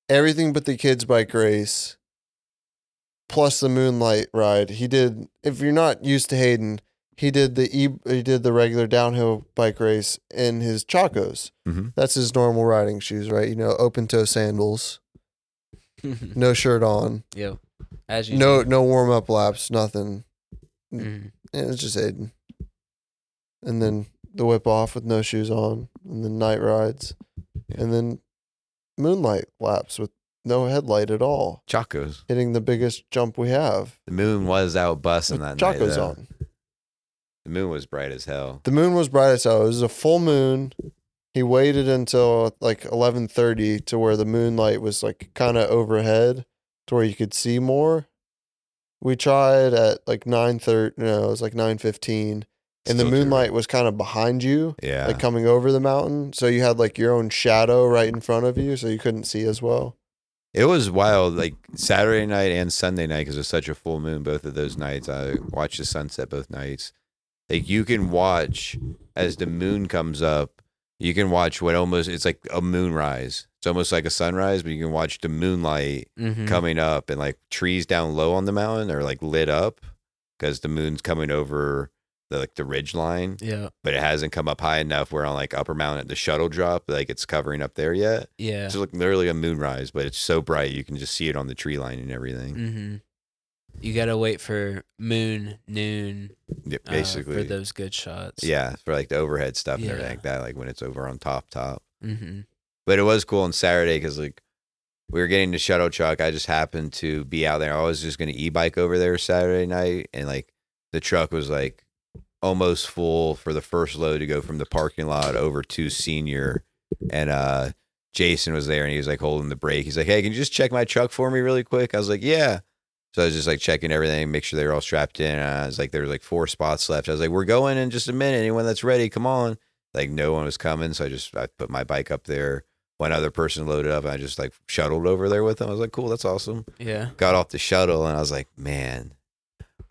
S1: everything but the kids' bike race, plus the moonlight ride. He did. If you're not used to Hayden, he did the e, he did the regular downhill bike race in his Chacos.
S4: Mhm.
S1: That's his normal riding shoes, right? You know, open toe sandals, no shirt on,
S3: Yo, as you
S1: no no warm up laps, nothing.
S3: Mhm.
S1: yeah, it's just Aiden. And then the whip off with no shoes on, and then night rides,
S4: Yeah.
S1: and then moonlight laps with no headlight at all,
S4: Chacos.
S1: hitting the biggest jump we have.
S4: The moon was out busting
S1: With
S4: that night.
S1: Chacos
S4: though.
S1: on.
S4: The moon was bright as hell.
S1: The moon was bright as hell. It was a full moon. He waited until like eleven thirty to where the moonlight was like kind of overhead, to where you could see more. We tried at like nine thirty. No, it was like nine fifteen, and the
S4: Still too
S1: moonlight was kind of behind you,
S4: bright. Yeah.
S1: like coming over the mountain. So you had like your own shadow right in front of you, so you couldn't see as well.
S4: It was wild, like Saturday night and Sunday night, because it was such a full moon. Both of those nights, I watched the sunset both nights. Like you can watch as the moon comes up, you can watch what almost it's like a moonrise. It's almost like a sunrise, but you can watch the moonlight
S3: Mm-hmm.
S4: coming up and like trees down low on the mountain are like lit up because the moon's coming over the like the ridge line
S3: Yeah.
S4: but it hasn't come up high enough where on like upper mountain the shuttle drop like it's covering up there yet
S3: Yeah.
S4: it's like literally a moonrise, but it's so bright you can just see it on the tree line and everything.
S3: Mm-hmm. You gotta wait for moon noon
S4: Yeah,
S3: uh,
S4: basically,
S3: for those good shots.
S4: yeah, for like the overhead stuff and everything
S3: Yeah.
S4: like that, like when it's over on top, top.
S3: Mm-hmm.
S4: But it was cool on Saturday because like we were getting to shuttle truck. I just happened to be out there. I was just gonna e bike over there Saturday night, and like the truck was like almost full for the first load to go from the parking lot over to senior, and uh. Jason was there and he was like holding the brake. He's like, "Hey, can you just check my truck for me really quick?" I was like, "Yeah." So I was just like checking everything, make sure they were all strapped in. And I was like, there was like four spots left. I was like, "We're going in just a minute. Anyone that's ready, come on." Like no one was coming, so I just I put my bike up there. One other person loaded up, and I just like shuttled over there with them. I was like, "Cool, that's awesome."
S3: Yeah.
S4: Got off the shuttle and I was like, "Man,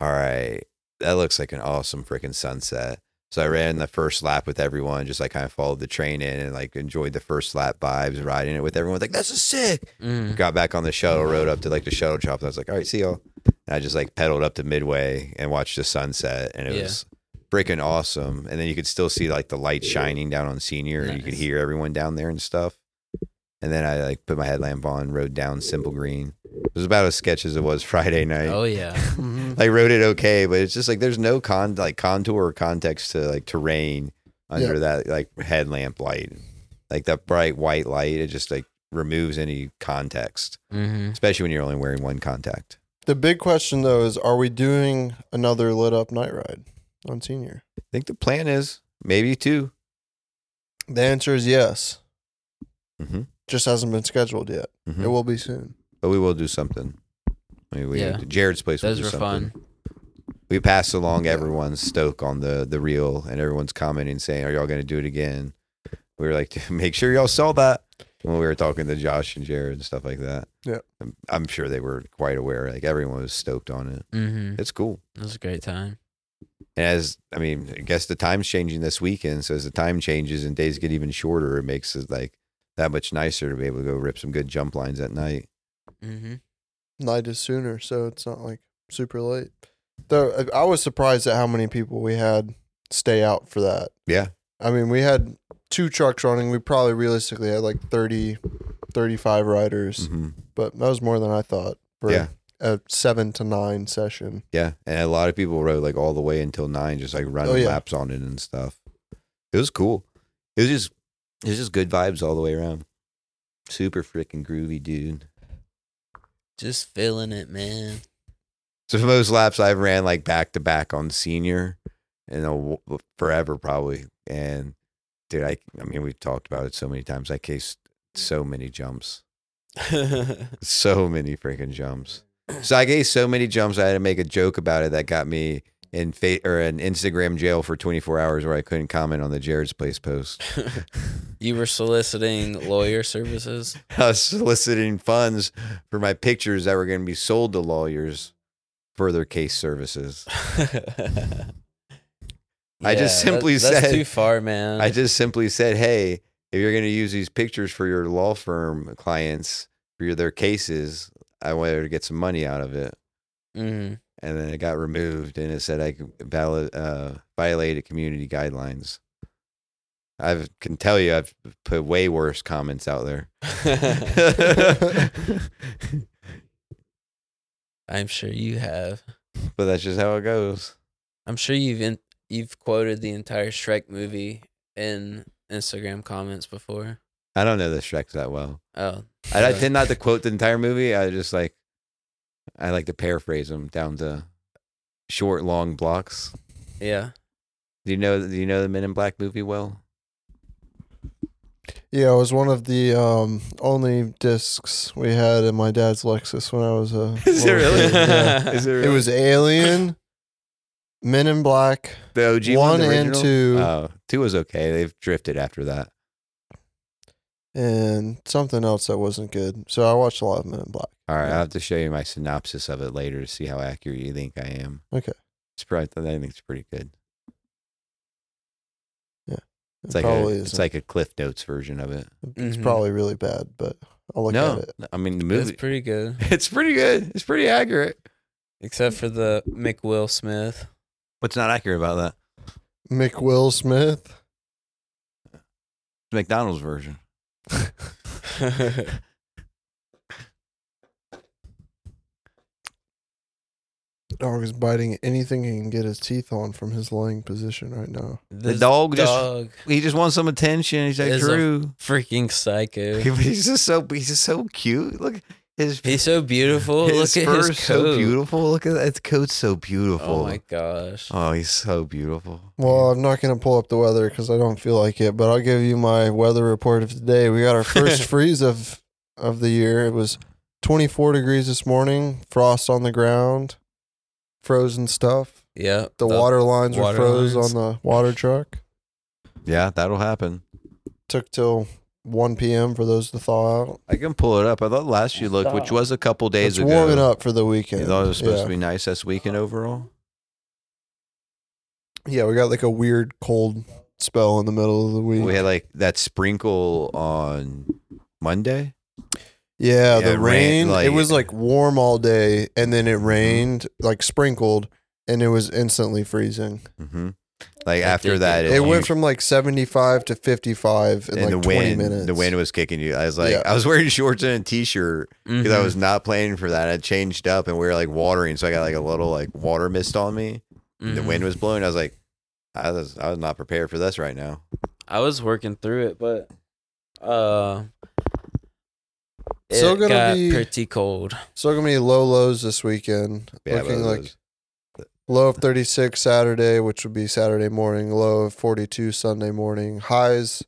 S4: all right, that looks like an awesome freaking sunset." So I ran the first lap with everyone, just like kind of followed the train in and like enjoyed the first lap vibes, riding it with everyone. Like, this is sick.
S3: Mm.
S4: Got back on the shuttle, rode up to like the shuttle shop, and I was like, all right, see y'all. And I just like pedaled up to Midway and watched the sunset, and it
S3: Yeah.
S4: was freaking awesome. And then you could still see like the light shining down on Senior, and you could
S3: Nice.
S4: hear everyone down there and stuff. And then I like put my headlamp on, rode down Simple Green. It was about as sketch as it was Friday night.
S3: Oh yeah.
S4: I rode it okay, but it's just like there's no con like contour or context to like terrain under that like headlamp light. Like that bright white light, it just like removes any context,
S3: Mm-hmm.
S4: especially when you're only wearing one contact.
S1: The big question though is, are we doing another lit up night ride on Senior?
S4: I think the plan is maybe two.
S1: The answer is yes.
S4: Mhm.
S1: Just hasn't been scheduled yet.
S4: Mhm.
S1: It
S3: Mm-hmm.
S1: will be soon.
S4: But we will do something. I mean, we
S3: Yeah.
S4: Jared's place
S3: Those were
S4: was
S3: fun.
S4: We passed along everyone's stoke on the the reel, and everyone's commenting saying, "Are y'all going to do it again?" We were like, "Make sure y'all saw that." When we were talking to Josh and Jared and stuff like that.
S1: Yeah.
S4: I'm, I'm sure they were quite aware. Like everyone was stoked on it.
S3: Mm-hmm.
S4: It's cool.
S3: It was a great time.
S4: And as I mean, I guess the time's changing this weekend. So as the time changes and days get even shorter, it makes it like that much nicer to be able to go rip some good jump lines at night.
S3: Mm-hmm.
S1: Night is sooner, so it's not like super late. Though I- I was surprised at how many people we had stay out for that.
S4: Yeah.
S1: I mean, we had two trucks running. We probably realistically had like 30, 35 riders,
S4: Mhm.
S1: but that was more than I thought for
S4: Yeah.
S1: a seven to nine session.
S4: Yeah, and a lot of people rode like all the way until nine, just like running
S1: Oh, yeah.
S4: laps on it and stuff. It was cool. It was just, it was just good vibes all the way around. Super freaking groovy, dude.
S3: Just feeling it, man.
S4: So for most laps, I've ran like back to back on senior, in a w- forever probably. And dude, I, I mean, we've talked about it so many times. I cased so many jumps, so many freaking jumps. So I gave so many jumps, I had to make a joke about it that got me in fa- or an Instagram jail for 24 hours where I couldn't comment on the Jared's Place post.
S3: you were soliciting lawyer services.
S4: I was soliciting funds for my pictures that were going to be sold to lawyers for their case services. I
S3: Yeah,
S4: just simply
S3: that- that's
S4: said-
S3: too far, man.
S4: I just simply said, hey, if you're going to use these pictures for your law firm clients for your, their cases, I wanted to get some money out of it.
S3: hmm
S4: And then it got removed and it said I could valid, uh, violated community guidelines. I can tell you I've put way worse comments out there.
S3: I'm sure you have.
S4: but that's just how it goes.
S3: I'm sure you've in, you've quoted the entire Shrek movie in Instagram comments before.
S4: I don't know the Shrek that well.
S3: Oh,
S4: I, I tend not to quote the entire movie. I just like, I like to paraphrase them down to short, long blocks.
S3: yeah.
S4: Do you know? Do you know the Men in Black movie well?
S1: Yeah, it was one of the um, only discs we had in my dad's Lexus when I was a. little kid, yeah.
S4: Is it really?
S1: It was Alien, Men in Black.
S4: the OG
S1: one
S4: the
S1: and
S4: original?
S1: two.
S4: Oh, two was okay. They've drifted after that.
S1: and something else that wasn't good. So I watched a lot of Men in Black.
S4: All right,
S1: Yeah.
S4: I'll have to show you my synopsis of it later to see how accurate you think I am.
S1: Okay.
S4: It's probably, I think it's pretty good.
S1: It
S4: It's like a,
S1: probably
S4: it's
S1: isn't.
S4: like a Cliff Notes version of it.
S1: it's
S3: Mhm.
S1: probably really bad, but I'll look
S4: no,
S1: at it.
S4: no, I mean the
S3: It's
S4: movie.
S3: pretty good,
S4: It's pretty good. It's pretty accurate.
S3: except for the McWill Smith.
S4: What's not accurate about that?
S1: Mick Will Smith.
S4: McDonald's version.
S1: Dog is biting anything he can get his teeth on from his lying position right now.
S4: The
S3: This
S4: dog just
S3: dog
S4: he just wants some attention. He's like
S3: Is a-
S4: Drew.
S3: freaking psycho.
S4: He's just so he's just so cute. Look his
S3: He's so beautiful.
S4: his
S3: Look at
S4: fur's
S3: his coat.
S4: so beautiful. Look at that. His coat's so beautiful.
S3: Oh my gosh.
S4: Oh, he's so beautiful.
S1: Well, I'm not going to pull up the weather because I don't feel like it, but I'll give you my weather report of today. We got our first freeze of of the year. It was 24 degrees this morning, frost on the ground, frozen stuff.
S3: Yeah.
S1: The, water lines
S3: water
S1: were froze
S3: lines.
S1: on the water truck.
S4: yeah, that'll happen.
S1: Took till 1 p.m. for those to thaw out.
S4: I can pull it up. I thought last you looked, which was a couple days
S1: It's
S4: ago.
S1: warming up for the
S4: You
S1: weekend.
S4: thought it was supposed
S1: yeah.
S4: to be nice this weekend overall.
S1: Yeah, we got like a weird cold spell in the middle of the week.
S4: We had like that sprinkle on Monday.
S1: Yeah,
S4: Yeah,
S1: the
S4: it
S1: rain.
S4: rained, like- Mm-hmm.
S1: it was like warm all day, and then it rained, like sprinkled, and it was instantly freezing.
S4: hmm Like after that,
S1: It, went
S4: you-
S1: from like seventy-five to fifty-five in
S4: and
S1: like
S4: the
S1: twenty
S4: wind.
S1: minutes.
S4: The wind was kicking you. I was like,
S1: Yeah.
S4: I was wearing shorts and a t-shirt because I
S3: Mhm.
S4: was not planning for that. I changed up and we were like watering, so I got like a little like water mist on me. The
S3: Mhm.
S4: wind was blowing. I was like, I was I was not prepared for this right now.
S3: I was working through it, but uh, it
S1: Still gonna
S3: got
S1: be-
S3: pretty cold.
S1: So gonna be low lows this weekend.
S4: Yeah, but
S1: looking
S4: it
S1: like
S4: was-
S1: low of thirty-six Saturday, which would be Saturday morning. Low of forty-two Sunday morning. Highs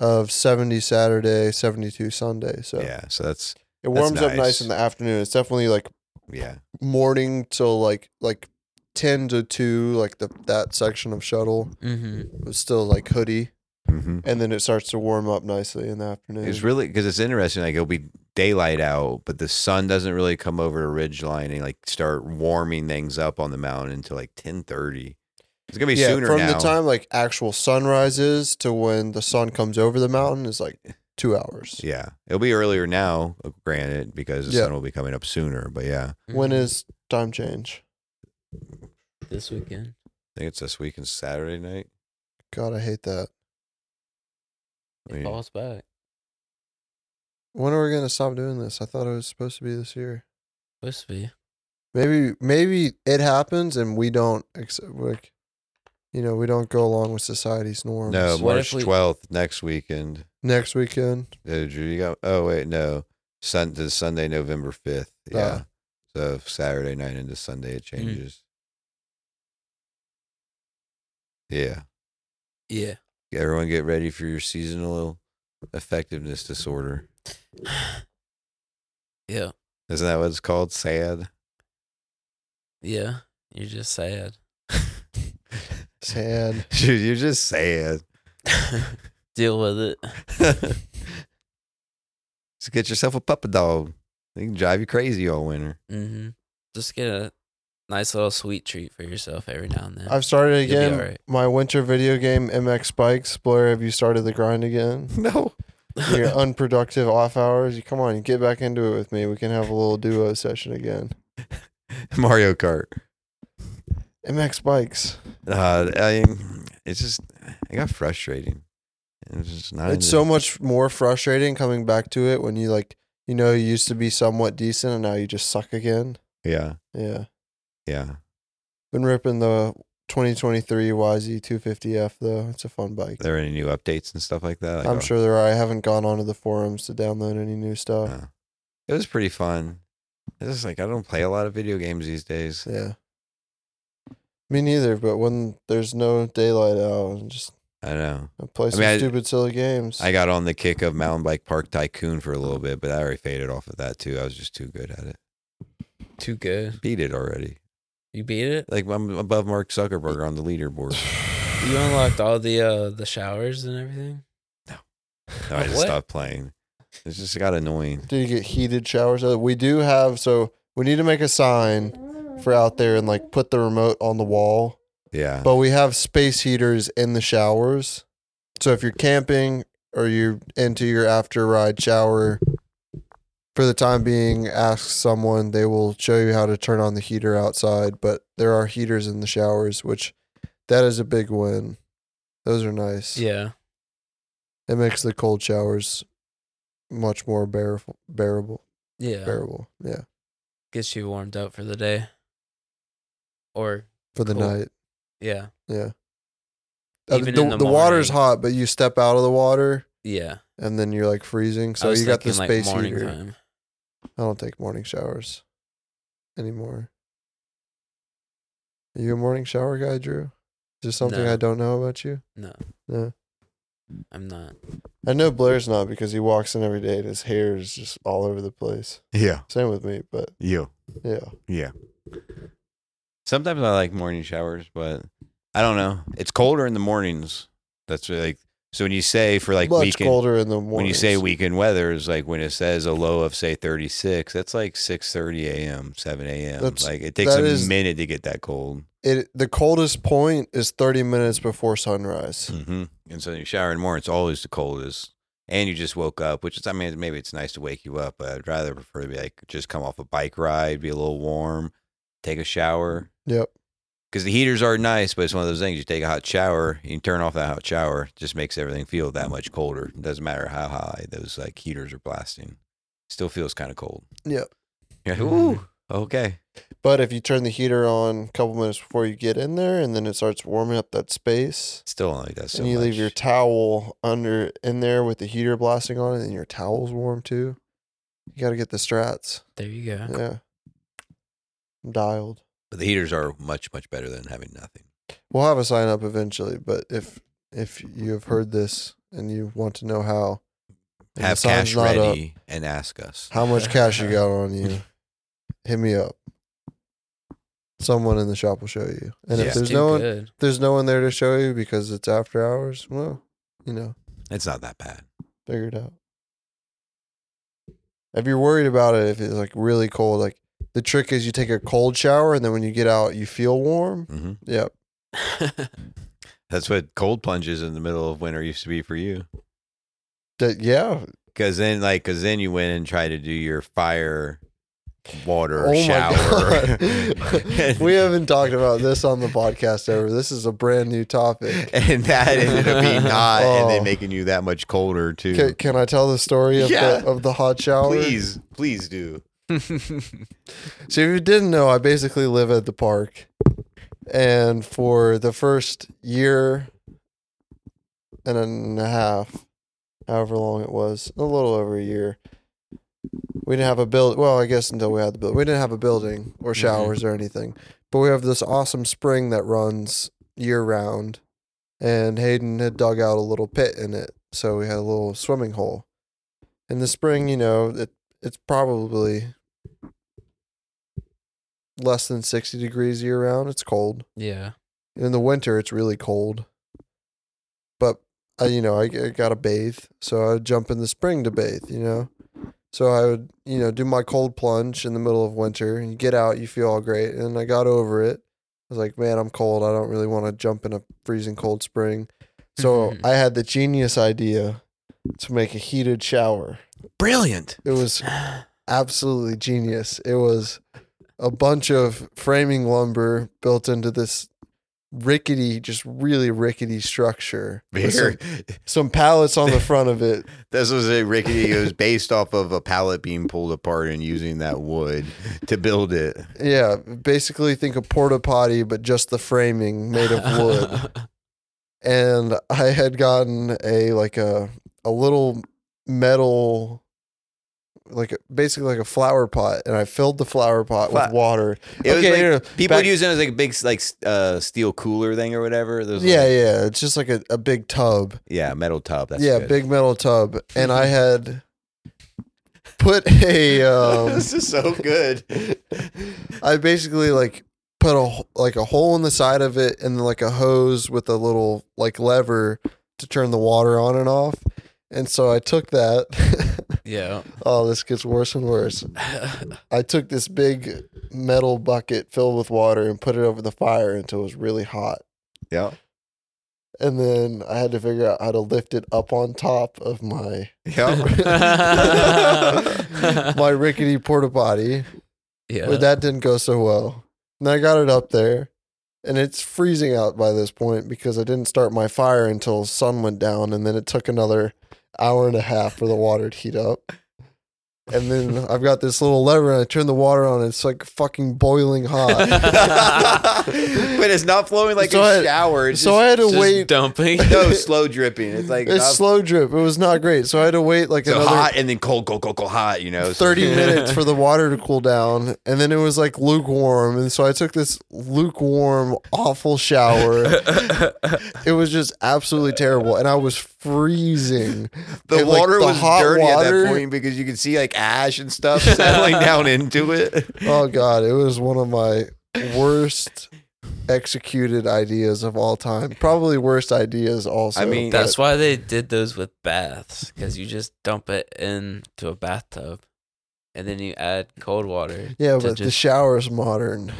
S1: of seventy Saturday, seventy-two Sunday. So
S4: yeah. So that's
S1: it
S4: that's
S1: warms up
S4: nice.
S1: nice in the afternoon. It's definitely like
S4: yeah.
S1: morning till like like 10 to 2 like the that section of shuttle
S3: Mm-hmm.
S1: was still like hoodie
S4: Mm-hmm.
S1: and then it starts to warm up nicely in the afternoon
S4: It's really because it's interesting. Like it'll be daylight out, but the sun doesn't really come over to ridge line and like start warming things up on the mountain until like ten thirty. It's gonna be
S1: yeah
S4: sooner
S1: from
S4: now.
S1: the time like actual sunrise is to when the sun comes over the mountain is like two hours
S4: yeah, it'll be earlier now, uh, granted, because the
S1: Yeah.
S4: sun will be coming up sooner. But yeah,
S1: when is time change
S3: mm-hmm. this weekend?
S4: I think it's this weekend, Saturday night.
S1: god i hate that
S3: It
S4: Yeah.
S3: falls back.
S1: when are we going to stop doing this i thought it was supposed to be this year
S3: Supposed to be.
S1: maybe maybe it happens and we don't accept like you know we don't go along with society's norms
S4: No,
S3: What
S4: March
S3: if we-
S4: twelfth next weekend.
S1: next weekend
S4: Uh, Drew, you got? Oh wait, no, Sun to Sunday, November fifth. Yeah, so Saturday night into Sunday
S3: Mm.
S4: it changes. Yeah.
S3: Yeah.
S4: Everyone get ready for your seasonal effectiveness disorder.
S3: yeah.
S4: Isn't that what it's called? SAD.
S3: Yeah. You're just sad.
S1: sad
S4: Dude, you're just sad.
S3: Deal with it.
S4: Just get yourself a puppy dog. They can drive you crazy all winter.
S3: Mm-hmm. Just get a nice little sweet treat for yourself every now and then.
S1: I've started
S3: You'll be
S1: again.
S3: alright.
S1: My winter video game MX Spikes. Blair, have you started the grind again?
S4: No.
S1: Your unproductive off hours. You come on, get back into it with me. We can have a little duo session again.
S4: Mario Kart.
S1: MX Spikes.
S4: Uh, I, it's just, it got frustrating. It's just not.
S1: It's so much more frustrating coming back to it when you like you know you used to be somewhat decent and now you just suck again.
S4: Yeah.
S1: Yeah.
S4: Yeah.
S1: Been ripping the 2023 YZ250F though. It's a fun bike.
S4: Are there any new updates and stuff like that? Like,
S1: I'm
S4: oh,
S1: sure there are. I haven't gone onto the forums to download any new stuff.
S4: uh, it was pretty fun. It's just like I don't play a lot of video games these days.
S1: Yeah. Me neither, but when there's no daylight out and just
S4: I know.
S1: I play some
S4: mean, I-
S1: stupid silly games.
S4: I got on the kick of Mountain Bike Park Tycoon for a little bit, but I already faded off of that too. I was just too good at it.
S3: Too good.
S4: Beat it already.
S3: You beat it.
S4: Like I'm above Mark Zuckerberg on the leaderboard.
S3: You unlocked all the uh the showers and everything.
S4: No, I just
S3: What?
S4: stopped playing. It just got annoying.
S1: Do you get heated showers? Uh, We do have so we need to make a sign for out there and like put the remote on the wall.
S4: Yeah.
S1: But we have space heaters in the showers. So if you're camping or you're into your after ride shower for the time being, ask someone. They will show you how to turn on the heater outside, but there are heaters in the showers, which that is a big win. Those are nice.
S3: Yeah.
S1: It makes the cold showers much more bear- bearable.
S3: Yeah.
S1: Bearable. Yeah.
S3: Gets you warmed up for the day. Or
S1: for the
S3: Cool.
S1: night.
S3: yeah.
S1: Yeah. Uh,
S3: Even
S1: the
S3: in the
S1: the water's
S3: morning.
S1: hot, but you step out of the water
S3: Yeah.
S1: and then you're like freezing.
S3: I
S1: So
S3: was
S1: you got the
S3: thinking,
S1: space
S3: morning
S1: heater.
S3: time.
S1: I don't take morning showers anymore. Are you a morning shower guy, Drew? Is there something
S3: No.
S1: I don't know about you?
S3: No.
S1: No.
S3: I'm not.
S1: I know Blair's not because he walks in every day and his hair is just all over the place.
S4: Yeah.
S1: Same with me, but
S4: You.
S1: yeah.
S4: Yeah. Sometimes I like morning showers, but I don't know. It's colder in the mornings. That's what, like so when you say for like
S1: Much
S4: weekend
S1: colder in the morning.
S4: when you say weekend weather is like when it says a low of say 36, that's like 6:30 a.m., 7 a.m.
S1: That's-
S4: like it takes
S1: that
S4: a
S1: is-
S4: minute to get that cold.
S1: it the coldest point is thirty minutes before sunrise.
S4: hmm And so you shower in the morning, it's always the coldest. And you just woke up, which is, I mean, maybe it's nice to wake you up, but I'd rather prefer to be like, just come off a bike ride, be a little warm, take a shower.
S1: Yep.
S4: Because the heaters are nice, but it's one of those things you take a hot shower, you turn off that hot shower, it just makes everything feel that much colder. It doesn't matter how high those like heaters are blasting, still feels kind of cold.
S1: Yep.
S4: You're like, ooh, okay.
S1: But if you turn the heater on a couple minutes before you get in there, and then it starts warming up that space,
S4: Still only does so
S1: and you leave
S4: much.
S1: your towel under in there with the heater blasting on it, and your towel's warm too. You got to get the strats.
S3: There you go.
S1: Yeah, I'm dialed.
S4: but the heaters are much, much better than having nothing.
S1: We'll have a sign up eventually, but if if you have heard this and you want to know how, and the
S4: Have
S1: sign's
S4: cash
S1: not up,
S4: ready and ask us.
S1: how much cash you got on you, hit me up. Someone in the shop will show you. And
S4: Yeah.
S1: if there's
S3: Too
S1: no one,
S3: good.
S1: there's no one there to show you because it's after hours, well, you know,
S4: It's not that bad.
S1: figure it out. If you're worried about it, if it's like really cold, like the trick is you take a cold shower and then when you get out, you feel warm.
S4: hmm
S1: Yep.
S4: That's what cold plunges in the middle of winter used to be for you.
S1: That, yeah.
S4: Because then, like, because then you went and tried to do your fire, water,
S1: oh
S4: shower.
S1: my God. we haven't talked about this on the podcast ever. This is a brand new topic.
S4: and that ended up being hot and
S1: Oh.
S4: then making you that much colder too.
S1: Can, can I tell the story of,
S4: Yeah.
S1: the, of the hot shower?
S4: Please, please do.
S1: So if you didn't know, I basically live at the park. And for the first year and a half, however long it was, a little over a year, we didn't have a build. Well, I guess until we had the build, we didn't have a building or showers or anything. But we have this awesome spring that runs year round. And Hayden had dug out a little pit in it. So we had a little swimming hole. In the spring, you know, it, it's probably less than 60 degrees year round. It's cold.
S3: yeah.
S1: In the winter, it's really cold. But, I, you know, I, got to bathe. So I would jump in the spring to bathe, you know? So I would, you know, do my cold plunge in the middle of winter and you get out, you feel all great. And I got over it. I was like, man, I'm cold. I don't really want to jump in a freezing cold spring. So I had the genius idea to make a heated shower.
S4: Brilliant.
S1: It was absolutely genius. It was a bunch of framing lumber built into this rickety, just really rickety structure. with
S4: Here,
S1: Some, some pallets on the front of it.
S4: this was a rickety. It was based off of a pallet being pulled apart and using that wood to build it.
S1: Yeah, basically think of porta potty, but just the framing made of wood. and I had gotten a like a a little metal like a- basically like a flower pot and I filled the flower pot
S4: Fla-
S1: with water.
S4: It was
S1: Okay,
S4: like,
S1: no, no,
S4: people
S1: back-
S4: would use it as like a big like s- uh, steel cooler thing or whatever. Those
S1: Yeah,
S4: like,
S1: yeah. It's just like a, a big tub.
S4: yeah, metal tub. That's
S1: yeah,
S4: good.
S1: big metal tub. And I had put a um
S4: this is so good.
S1: I basically like put a h- like a hole in the side of it and like a hose with a little like lever to turn the water on and off. And so I took that
S3: yeah.
S1: Oh, this gets worse and worse. I took this big metal bucket filled with water and put it over the fire until it was really hot.
S4: yeah.
S1: And then I had to figure out how to lift it up on top of my
S4: Yeah.
S1: my rickety porta potty.
S3: yeah.
S1: But that didn't go so well. And I got it up there. And it's freezing out by this point because I didn't start my fire until sun went down and then it took another hour and a half for the water to heat up. And then I've got this little lever and I turn the water on and it's like fucking boiling hot.
S4: but it's not flowing like
S1: So
S4: a
S1: I-
S4: shower. It's
S1: so I had to
S3: Just
S1: wait.
S3: dumping.
S4: just, no slow dripping. It's like
S1: It's
S4: not-
S1: slow drip. It was not great. So I had to wait like
S4: so
S1: another
S4: hot and then cold, cold, cold, cold, hot. You know,
S1: 30 minutes for the water to cool down and then it was like lukewarm and so i took this lukewarm awful shower it was just absolutely terrible and i was freezing
S4: The
S1: And, like,
S4: water
S1: the
S4: was
S1: hot
S4: dirty at
S1: water-
S4: that point because you could see like ash and stuff settling down into it.
S1: oh god it was one of my worst executed ideas of all time probably worst ideas also
S4: I mean,
S3: That's why they did those with baths, because you just dump it into a bathtub, and then you add cold water.
S1: yeah
S3: to
S1: but the shower's modern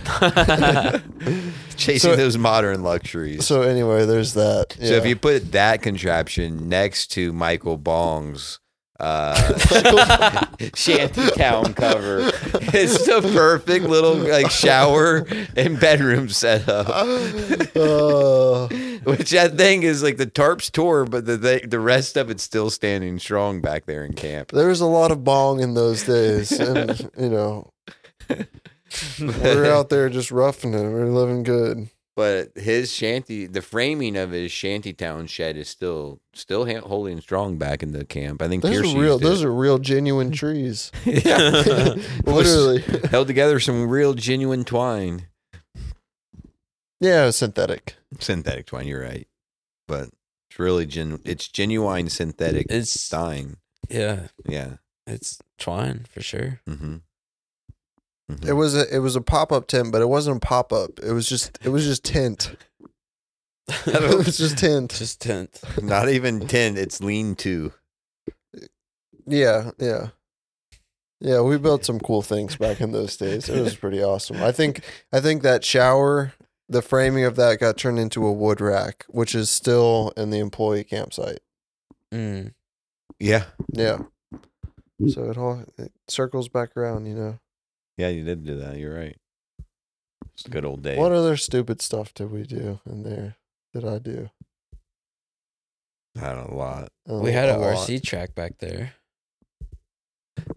S4: Chasing
S1: So-
S4: those modern luxuries. So,
S1: so anyway there's that
S4: if
S1: Yeah.
S4: you put that contraption next to Michael Bong's uh, shantytown cover, it's the perfect little like shower and bedroom setup.
S1: Uh,
S4: Which I think is like the tarps tore, but the the the rest of it's still standing strong back there in camp.
S1: there was a lot of bong in those days and you know We're out there just roughing it. We're living good.
S4: but his shanty the framing of his shantytown shed is still still ha- holding strong back in the camp i think
S1: Those
S4: Pierce
S1: are real.
S4: used it.
S1: Those are real, genuine trees.
S4: Yeah.
S1: Literally.
S4: held together some real genuine twine
S1: Yeah, it was synthetic.
S4: synthetic twine you're right but it's really gen it's genuine synthetic
S3: It's-
S4: twine
S3: yeah,
S4: yeah
S3: it's twine for sure.
S4: mm-hmm.
S1: It was a it was a pop up tent, but it wasn't a pop up. It was just it was just tent. it was just tent.
S3: Just tent.
S4: not even 10 it's lean to
S1: Yeah, yeah. Yeah, we built some cool things back in those days. It was pretty awesome. I think I think that shower, the framing of that got turned into a wood rack, which is still in the employee campsite.
S3: Mm.
S4: yeah
S1: Yeah. So it all it circles back around, you know.
S4: yeah you did do that you're right it's a good old day
S1: What other stupid stuff did we do in there? Did I do?
S4: not a lot
S1: A
S3: We had
S1: a
S3: an
S1: lot.
S3: RC track back there.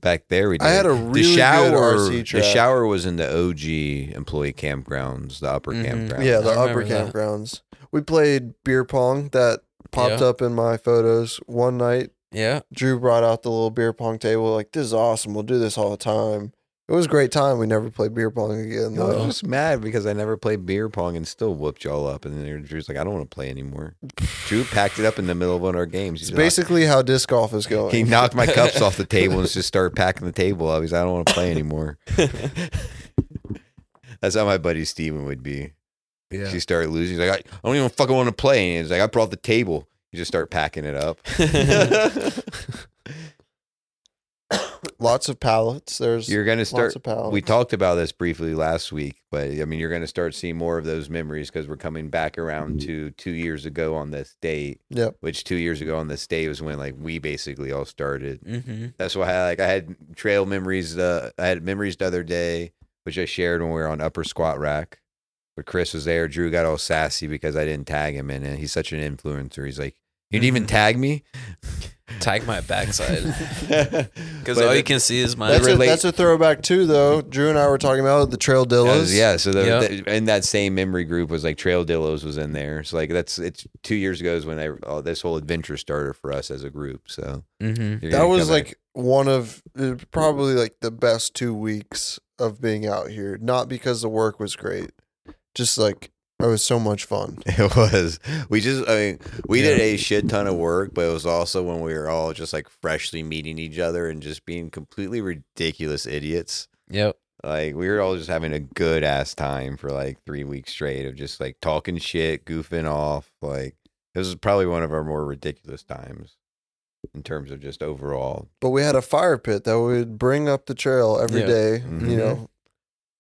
S4: back there we did.
S1: I had a really
S4: the
S1: good
S4: shower,
S1: RC track.
S4: The shower was in the OG employee campgrounds, the upper
S3: Mhm.
S4: campground.
S1: Mm-hmm. Yeah, the
S3: I
S1: upper
S3: remember that.
S1: campgrounds. We played beer pong that popped
S3: Yeah.
S1: up in my photos one night.
S3: Yeah,
S1: Drew brought out the little beer pong table. Like this is awesome. We'll do this all the time. It was a great time. We never played beer pong again.
S4: I was
S1: though.
S4: just mad because I never played beer pong and still whooped y'all up. And then Drew's like, I don't want to play anymore. Drew packed it up in the middle of one of our games. He's
S1: It's
S4: like,
S1: basically how disc golf is
S4: he
S1: going.
S4: knocked my cups off the table and just started packing the table up. He's like, I don't want to play anymore. That's how my buddy Steven would be.
S3: yeah.
S4: She started losing. He's like, I, I don't even fucking want to play. And he's like, I brought the table. You just start packing it up.
S1: Lots of pallets. There's
S4: You're going to
S1: lots
S4: start
S1: of pallets.
S4: We talked about this briefly last week, but I mean, you're going to start seeing more of those memories because we're coming back around to two years ago on this date,
S1: Yep.
S4: which two years ago on this day was when like we basically all started.
S3: mm-hmm.
S4: That's why I, like I had trail memories. Uh, I had memories the other day, which I shared when we were on upper squat rack. But Chris was there. Drew got all sassy because I didn't tag him in it. He's such an influencer. He's like, you didn't even tag me?
S3: Tag my backside. Because
S4: But
S3: all you
S4: the-
S3: can see is my.
S1: That's a,
S4: relate-
S1: that's a throwback too, though. Drew and I were talking about the Trail
S4: That
S1: Dillas.
S4: was- yeah, so the,
S3: Yeah.
S4: the- and that same memory group was like Trail Dillos was in there. So like that's it's two years ago is when I all this whole adventure started for us as a group. So
S3: mm-hmm.
S4: you're
S1: that
S4: gonna
S1: was
S4: come back-
S1: like one of uh, probably like the best two weeks of being out here. Not because the work was great, just like it was so much fun.
S4: it was. We just I mean we
S3: Yeah.
S4: did a shit ton of work, but it was also when we were all just like freshly meeting each other and just being completely ridiculous idiots.
S3: Yep.
S4: Like we were all just having a good ass time for like three weeks straight of just like talking shit, goofing off. Like it was probably one of our more ridiculous times in terms of just overall.
S1: But we had a fire pit that we would bring up the trail every
S3: Yeah. Mm-hmm.
S1: day.
S4: Mhm.
S1: You know,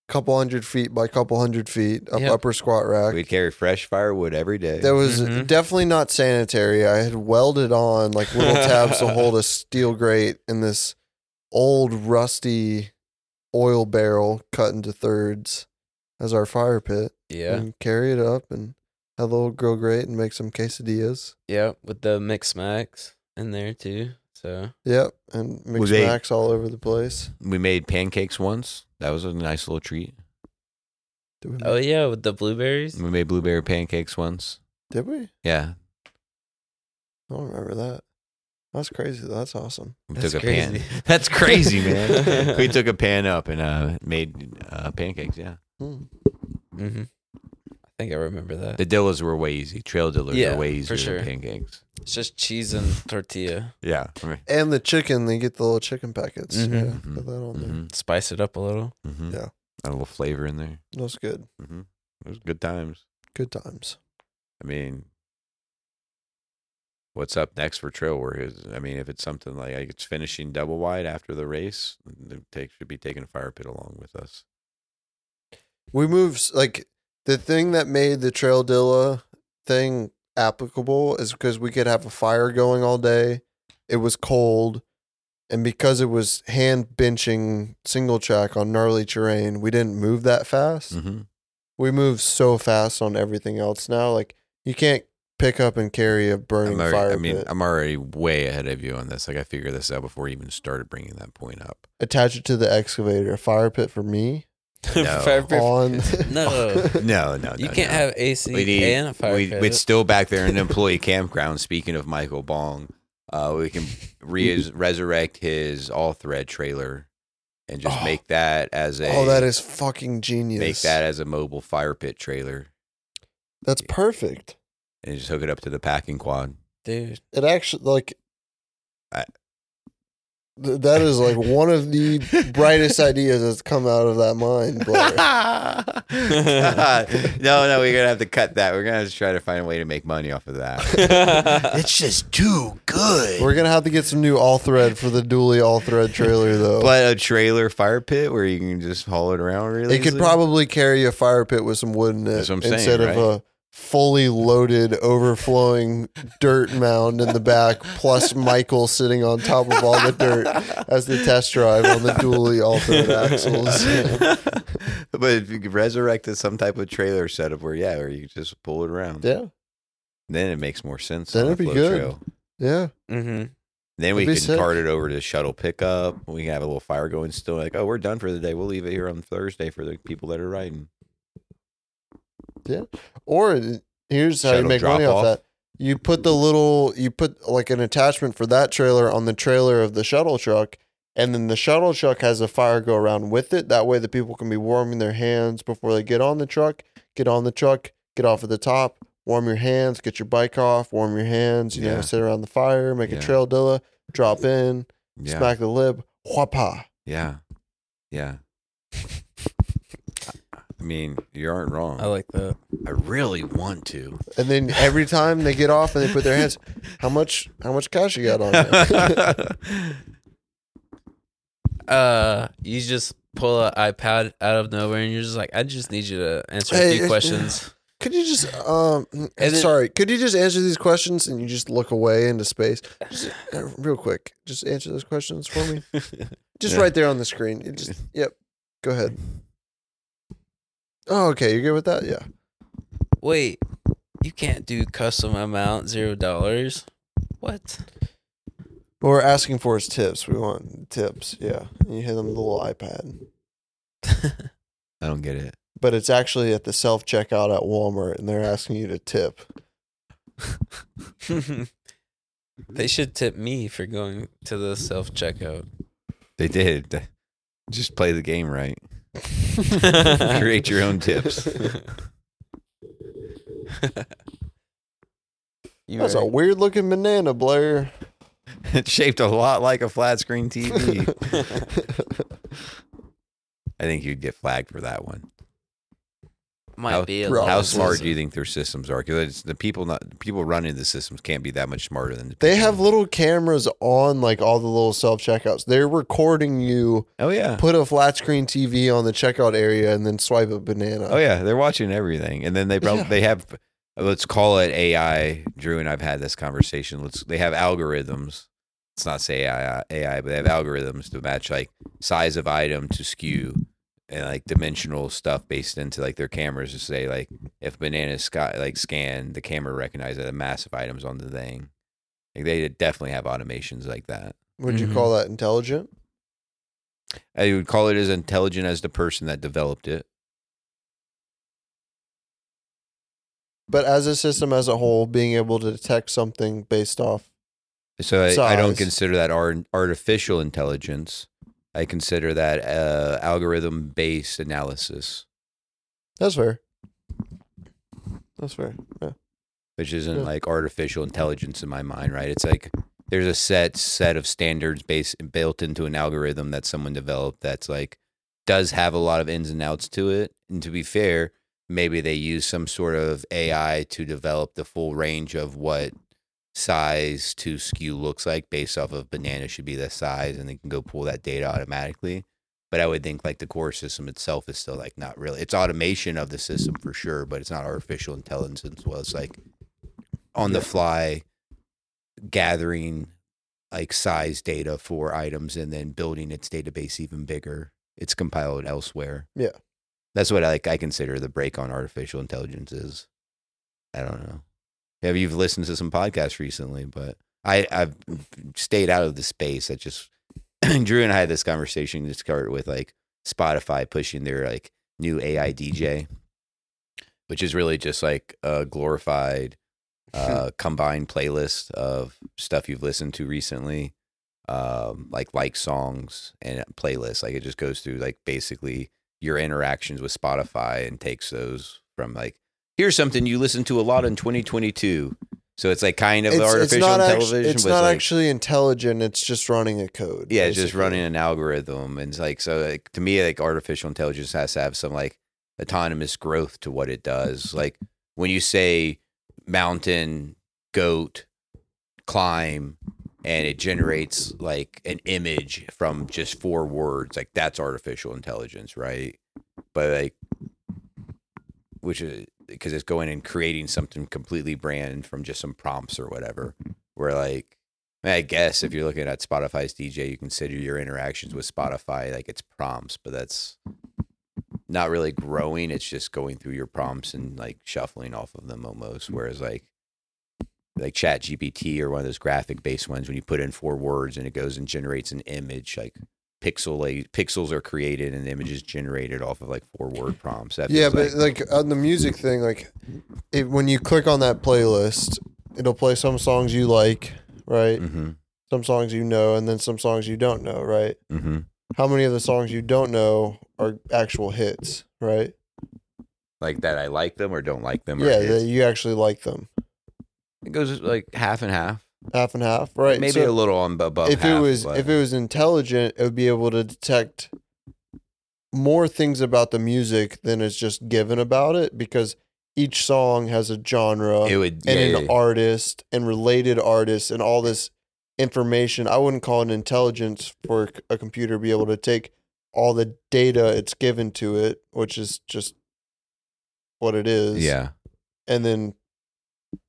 S1: couple hundred feet by couple hundred feet up
S3: Yeah.
S1: upper squat rack.
S4: We'd carry fresh firewood every day.
S1: That was
S3: Mhm.
S1: definitely not sanitary. I had welded on like little tabs to hold a steel grate in this old rusty oil barrel cut into thirds as our fire pit.
S3: Yeah.
S1: And carry it up and have a little grill grate and make some quesadillas.
S3: Yep. With the mix max in there too. So
S1: Yep. And mix
S4: Was they-
S1: snacks all over the place.
S4: we made pancakes once. That was a nice little treat.
S1: Did we?
S3: oh yeah, with the blueberries.
S4: We made blueberry pancakes once.
S1: Did we?
S4: Yeah.
S1: I don't remember that. That's crazy. That's awesome.
S4: We
S3: That's
S4: took a
S3: crazy.
S4: pan. That's crazy, man. we took a pan up and uh, made uh, pancakes. Yeah.
S1: Hmm.
S3: Mm-hmm. I think I remember that.
S4: The dillas were way easy. Trail dillas
S3: Yeah,
S4: are way easier
S3: for sure.
S4: than pancakes.
S3: It's just cheese and tortilla.
S4: Yeah.
S1: And the chicken, they get the little chicken packets.
S3: Mhm.
S1: Yeah,
S4: Mhm.
S1: put that on there.
S3: Mm-hmm.
S4: hmm
S3: Spice it up a little.
S4: hmm
S1: Yeah.
S4: A little flavor in there.
S1: That was good.
S4: hmm It was good times.
S1: Good times.
S4: I mean, what's up next for trail work is, I mean, if it's something like, like it's finishing double wide after the race, the take should be taking a fire pit along with us.
S1: we move s- like the thing that made the trail dilla thing applicable is because we could have a fire going all day it was cold and because it was hand benching single track on gnarly terrain we didn't move that fast
S4: Mm-hmm.
S1: we move so fast on everything else now like you can't pick up and carry a burning
S4: I'm already,
S1: fire
S4: I mean,
S1: pit
S4: I'm already way ahead of you on this. Like I figured this out before you even started bringing that point up.
S1: attach it to the excavator a fire pit for me
S4: No.
S3: Fire pit-
S1: on
S3: No.
S4: No, no,
S3: You
S4: no,
S3: can't
S4: no.
S3: have AC
S4: We need-
S3: and a fire
S4: we,
S3: pit.
S4: We're still back there in an employee campground. Speaking of Michael Bong, uh, we can re- resurrect his all thread trailer and just
S1: Oh.
S4: make that as a
S1: oh that is fucking genius
S4: make that as a mobile fire pit trailer
S1: that's perfect
S4: and just hook it up to the packing quad.
S3: Dude,
S1: it actually like
S4: I-
S1: Th- that is like one of the brightest ideas that's come out of that mind
S4: no,
S1: Blair.
S4: no, we're gonna have to cut that. We're gonna have to try to find a way to make money off of that. it's just too good.
S1: we're gonna have to get some new all thread for the dually all thread trailer though
S4: But a trailer fire pit where you can just haul it around really.
S1: it could
S4: easily?
S1: probably carry a fire pit with some wood in it
S4: That's what I'm saying,
S1: instead of
S4: right?
S1: a fully loaded overflowing dirt mound in the back plus michael sitting on top of all the dirt as the test drive on the dually all thread axles
S4: but if you could resurrect it some type of trailer setup where yeah, where you could just pull it around,
S1: yeah
S4: then it makes more sense.
S1: Then
S4: on a
S1: it'd be
S4: float
S1: good.
S4: Trail.
S1: yeah Mm-hmm.
S3: hmm
S4: Then we
S1: It'd
S4: can
S1: be sick.
S4: cart it over to shuttle pickup. We can have a little fire going still. Like, oh, we're done for the day. We'll leave it here on Thursday for the people that are riding.
S1: Or here's how you
S4: Shuttle
S1: make
S4: drop
S1: money off,
S4: off.
S1: that. You put the little you put like an attachment for that trailer on the trailer of the shuttle truck and then the shuttle truck has a fire go around with it. That way the people can be warming their hands before they get on the truck, get on the truck, get off at the top, warm your hands, get your bike off, warm your hands, you
S4: Yeah.
S1: know, sit around the fire, make
S4: Yeah.
S1: a trail dilla, drop in,
S4: Yeah,
S1: smack the lib, whapa.
S4: yeah, yeah. I mean, you aren't wrong.
S3: I like that.
S4: I really want to.
S1: And then every time they get off and they put their hands, how much how much cash you got on you?
S3: Uh, you just pull an iPad out of nowhere and you're just like, I just need you to answer
S1: Hey,
S3: a few
S1: it's-
S3: questions.
S1: Could you just um
S3: And then-
S1: sorry, could you just answer these questions and you just look away into space? Just, uh, real quick. Just answer those questions for me. Just
S4: Yeah.
S1: right there on the screen. You just yep. Go ahead. Oh, okay. You good with that? Yeah.
S3: Wait, you can't do custom amount zero dollars. What?
S1: What we're asking for is tips. We want tips. Yeah. And you hit them with a little iPad.
S4: I don't get it.
S1: But it's actually at the self checkout at Walmart and they're asking you to tip.
S3: they should tip me for going to the self checkout.
S4: They did. Just play the game right. Create your own tips.
S3: You
S1: That's a
S3: are-
S1: weird looking banana, Blair.
S4: It's shaped a lot like a flat screen TV. I think you'd get flagged for that one.
S3: might
S4: how-
S3: be a
S1: Bro,
S3: lot
S4: How
S3: of
S4: smart
S3: this.
S4: do you think their systems are? Because the people not people running the systems can't be that much smarter than the
S1: They
S4: people-
S1: have little cameras on like all the little self checkouts. They're recording you
S4: Oh yeah.
S1: put a flat screen TV on the checkout area and then swipe a banana.
S4: Oh yeah, they're watching everything, and then they prob-
S1: Yeah.
S4: they have let's call it AI. Drew and I've had this conversation. Let's they have algorithms. Let's not say AI, AI, but they have algorithms to match like size of item to skew and like dimensional stuff based into like their cameras to say like if banana sky like scan the camera recognizes the massive items on the thing. Like they definitely have automations like that.
S1: Would you
S3: Mhm.
S1: call that intelligent?
S4: I would call it as intelligent as the person that developed it.
S1: But as a system as a whole, being able to detect something based off
S4: So I, I don't
S1: Size.
S4: consider that ar- artificial intelligence. I consider that uh, algorithm based analysis,
S1: that's fair. That's fair. Yeah.
S4: which isn't
S1: Yeah.
S4: like artificial intelligence in my mind, right? It's like there's a set set of standards based built into an algorithm that someone developed that's like does have a lot of ins and outs to it. And to be fair, maybe they use some sort of AI to develop the full range of what size to skew looks like based off of banana should be the size and they can go pull that data automatically. But I would think like the core system itself is still like not really it's automation of the system for sure, but it's not artificial intelligence. Well it's like on the fly gathering like size data for items and then building its database even bigger. It's compiled elsewhere.
S1: Yeah.
S4: That's what I like I consider the break on artificial intelligence is. I don't know. Yeah, you've listened to some podcasts recently, but I, I've stayed out of the space. I just Drew and I had this conversation to start with like Spotify pushing their like new AI DJ, which is really just like a glorified uh, combined playlist of stuff you've listened to recently, um, like like songs and playlists. Like it just goes through like basically your interactions with Spotify and takes those from like here's something you listened to a lot in 2022. So it's like kind of artificial television.
S1: actually, it's
S4: but
S1: not
S4: like-
S1: actually intelligent. It's just running a code.
S4: yeah, it's just
S1: basically.
S4: running an algorithm, and it's like so. Like, to me, like artificial intelligence has to have some like autonomous growth to what it does. Like when you say mountain, goat, climb, and it generates like an image from just four words, like that's artificial intelligence, right? But like, which is because it's going and creating something completely brand from just some prompts or whatever.
S1: Mm-hmm.
S4: Where like I, mean, I guess if you're looking at Spotify's DJ, you consider your interactions with Spotify like it's prompts, but that's not really growing. It's just going through your prompts and like shuffling off of them almost.
S1: Mm-hmm.
S4: Whereas like like Chat GPT or one of those graphic based ones, when you put in four words and it goes and generates an image, like pixelate pixels are created and images generated off of like four word prompts. That
S1: Yeah,
S4: feels
S1: but like, on the music thing, like it, when you click on that playlist, it'll play some songs you like, right?
S4: Mhm,
S1: Some songs you know, and then some songs you don't know, right?
S4: mhm.
S1: How many of the songs you don't know are actual hits, right?
S4: like that I like them or don't like them. or
S1: yeah,
S4: it's-
S1: that you actually like them,
S4: it goes like half and half.
S1: half and half, right?
S4: Maybe
S1: So-
S4: a little on above.
S1: if
S4: half,
S1: it was
S4: but-
S1: if it was intelligent, it would be able to detect more things about the music than is just given about it because each song has a genre
S4: it would
S1: and
S4: yeah, yeah,
S1: an
S4: yeah.
S1: artist and related artists and all this information. I wouldn't call it intelligence for a computer to be able to take all the data it's given to it, which is just what it is.
S4: yeah,
S1: And then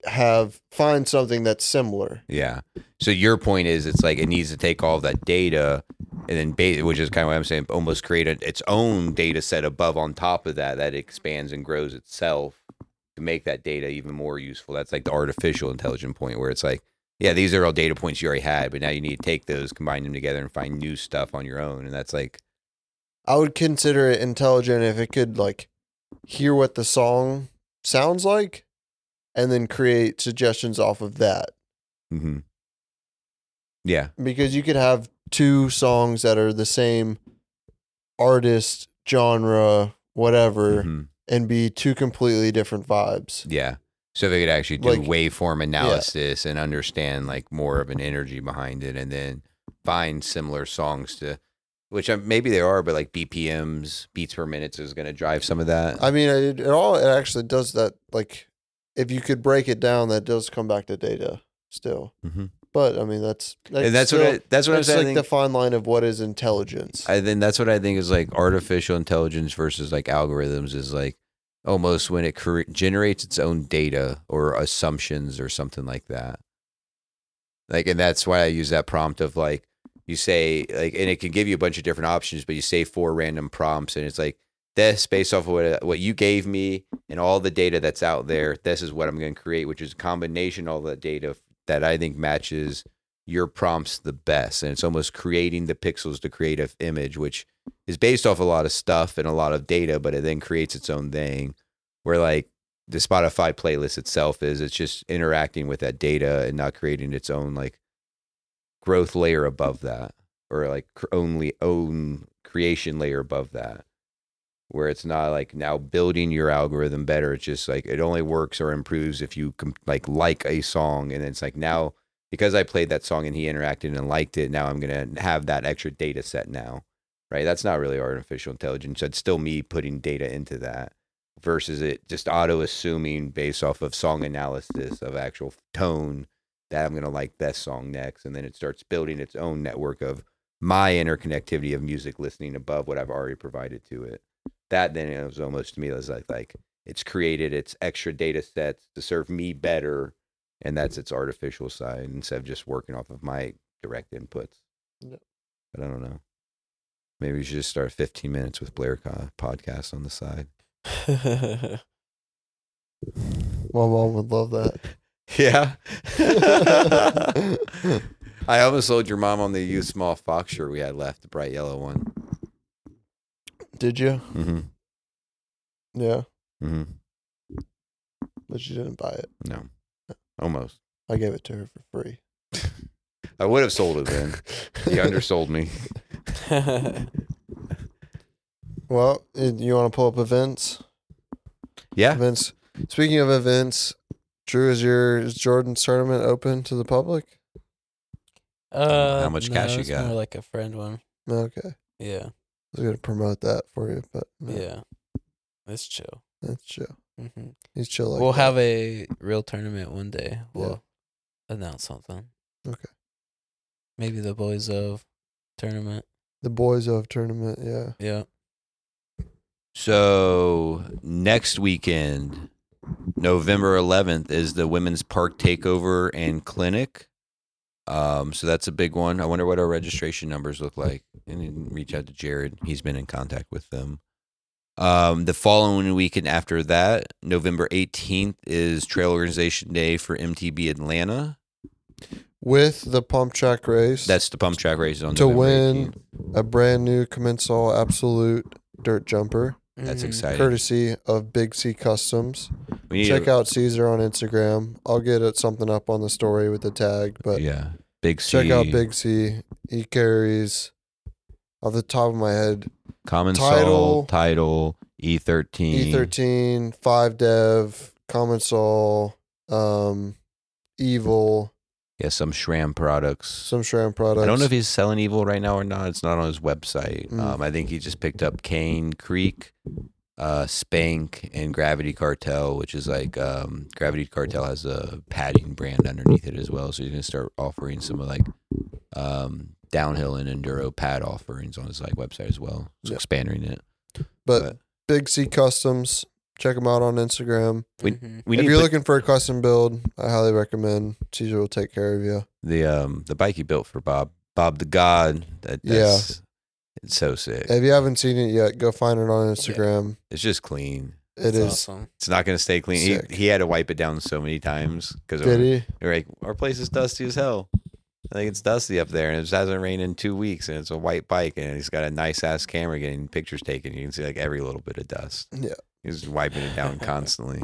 S1: have find something that's similar.
S4: yeah. So your point is, it's like it needs to take all that data and then ba- which is kind of what I'm saying, almost create a, its own data set above on top of that that expands and grows itself to make that data even more useful. That's like the artificial intelligent point where it's like, yeah, these are all data points you already had, but now you need to take those, combine them together, and find new stuff on your own. And that's like,
S1: I would consider it intelligent if it could like hear what the song sounds like and then create suggestions off of that.
S4: mm-hmm. yeah,
S1: Because you could have two songs that are the same artist, genre, whatever,
S4: mhm,
S1: and be two completely different vibes.
S4: yeah. So they could actually do
S1: Like-
S4: waveform analysis and understand like more of an energy behind it, and then find similar songs to. Which uh, maybe there are, but like BPMs, beats per minutes is going to drive some of that.
S1: I mean, it, it all it actually does that. Like, if you could break it down, that does come back to data still.
S4: Mhm.
S1: But I mean, that's, that's
S4: and that's
S1: still-
S4: what I, that's what I'm
S1: it's
S4: saying. I
S1: like
S4: think-
S1: the fine line of what is intelligence.
S4: I then that's what I think is like artificial intelligence versus like algorithms is like almost when it cre- generates its own data or assumptions or something like that. Like, and that's why I use that prompt of like you say like, and it can give you a bunch of different options, but you say four random prompts, and it's like this based off of what what you gave me and all the data that's out there. This is what I'm going to create, which is a combination of all that data that I think matches your prompts the best and it's almost creating the pixels to create an image which is based off a lot of stuff and a lot of data but it then creates its own thing where like the spotify playlist itself is it's just interacting with that data and not creating its own like growth layer above that or like cr- only own creation layer above that where it's not like now building your algorithm better it's just like it only works or improves if you com- like like a song and it's like now because I played that song and he interacted and liked it, now I'm going to have that extra data set now, right? That's not really artificial intelligence. That's still me putting data into that versus it just auto assuming based off of song analysis of actual tone that I'm going to like this song next. And then it starts building its own network of my interconnectivity of music listening above what I've already provided to it. That then is almost to me is like, like it's created its extra data sets to serve me better and that's its artificial side instead of just working off of my direct inputs.
S1: Yep.
S4: But I don't know. Maybe we should just start 15 minutes with Blair co- podcast on the side.
S3: Uh,
S1: My mom would love that.
S4: Yeah. I almost sold your mom on the used small fox shirt we had left, the bright yellow one.
S1: Did you?
S4: Mm-hmm.
S1: Yeah,
S4: Mm-hmm.
S1: but she didn't buy it.
S4: No, almost.
S1: I gave it to her for free.
S4: I would have sold it then. He undersold me.
S1: Well, eh, you want to pull up events?
S4: Yeah.
S1: Events. Speaking of events, Drew, is your is Jordan's tournament open to the public?
S3: uh,
S4: How much
S3: no,
S4: cash you
S3: it's
S4: got?
S3: More like a friend one.
S1: No, Okay,
S3: Yeah,
S1: I was gonna promote that for you, but no,
S3: yeah. That's chill.
S1: that's chill.
S3: hmm
S1: He's chill. Like
S3: we'll
S1: that.
S3: have a real tournament one day. We'll announce something.
S1: Okay.
S3: Maybe the boys of tournament.
S1: the boys of tournament. Yeah,
S3: Yeah.
S4: So next weekend, November 11th, is the Women's Park Takeover and Clinic. Um, so that's a big one. I wonder what our registration numbers look like. And then reach out to Jared. He's been in contact with them. Um, the following weekend after that, November 18th, is Trail Organization Day for MTB Atlanta.
S1: with the pump track race.
S4: That's the pump track races on
S1: To
S4: November
S1: win.
S4: 18th.
S1: a brand new Commensal Absolute dirt jumper,
S4: That's
S3: Mhm.
S4: exciting.
S1: courtesy of Big C Customs.
S4: we need
S1: check
S4: to-
S1: out Caesar on Instagram. I'll get it, something up on the story with the tag, but
S4: Yeah. Big C.
S1: check out Big C. He carries, off the top of my head,
S4: Common
S1: Title.
S4: Soul, Title, E E13.
S1: E13, 5 E Dev, Common Soul, um, Evil,
S4: Yeah, some Shram products.
S1: some Shram products.
S4: I don't know if he's selling Evil right now or not. It's not on his website.
S1: Mm.
S4: Um, I think he just picked up Cane Creek, uh, Spank, and Gravity Cartel, which is like um, Gravity Cartel has a padding brand underneath it as well. So he's gonna start offering some of like um, downhill and enduro pad offerings on his like website as well. So
S1: Yeah.
S4: expanding it.
S1: but Big C Customs, check him out on Instagram.
S3: Mhm.
S4: we
S1: if you're
S4: need to put
S1: looking for a custom build, I highly recommend. Caesar will take care of you.
S4: the um, the bike he built for Bob Bob the God. That,
S1: Yeah.
S4: that's, It's so sick.
S1: If you haven't seen it yet, go find it on Instagram.
S4: It's just clean.
S1: It is.
S3: awesome.
S4: It's not going to stay clean.
S1: Sick.
S4: He, he had to wipe it down so many times because
S1: Did he?
S4: like, our place is dusty as hell. I think it's dusty up there, and it just hasn't rained in two weeks, and it's a white bike, and he's got a nice ass camera getting pictures taken. You can see like every little bit of dust.
S1: Yeah.
S4: he's wiping it down constantly,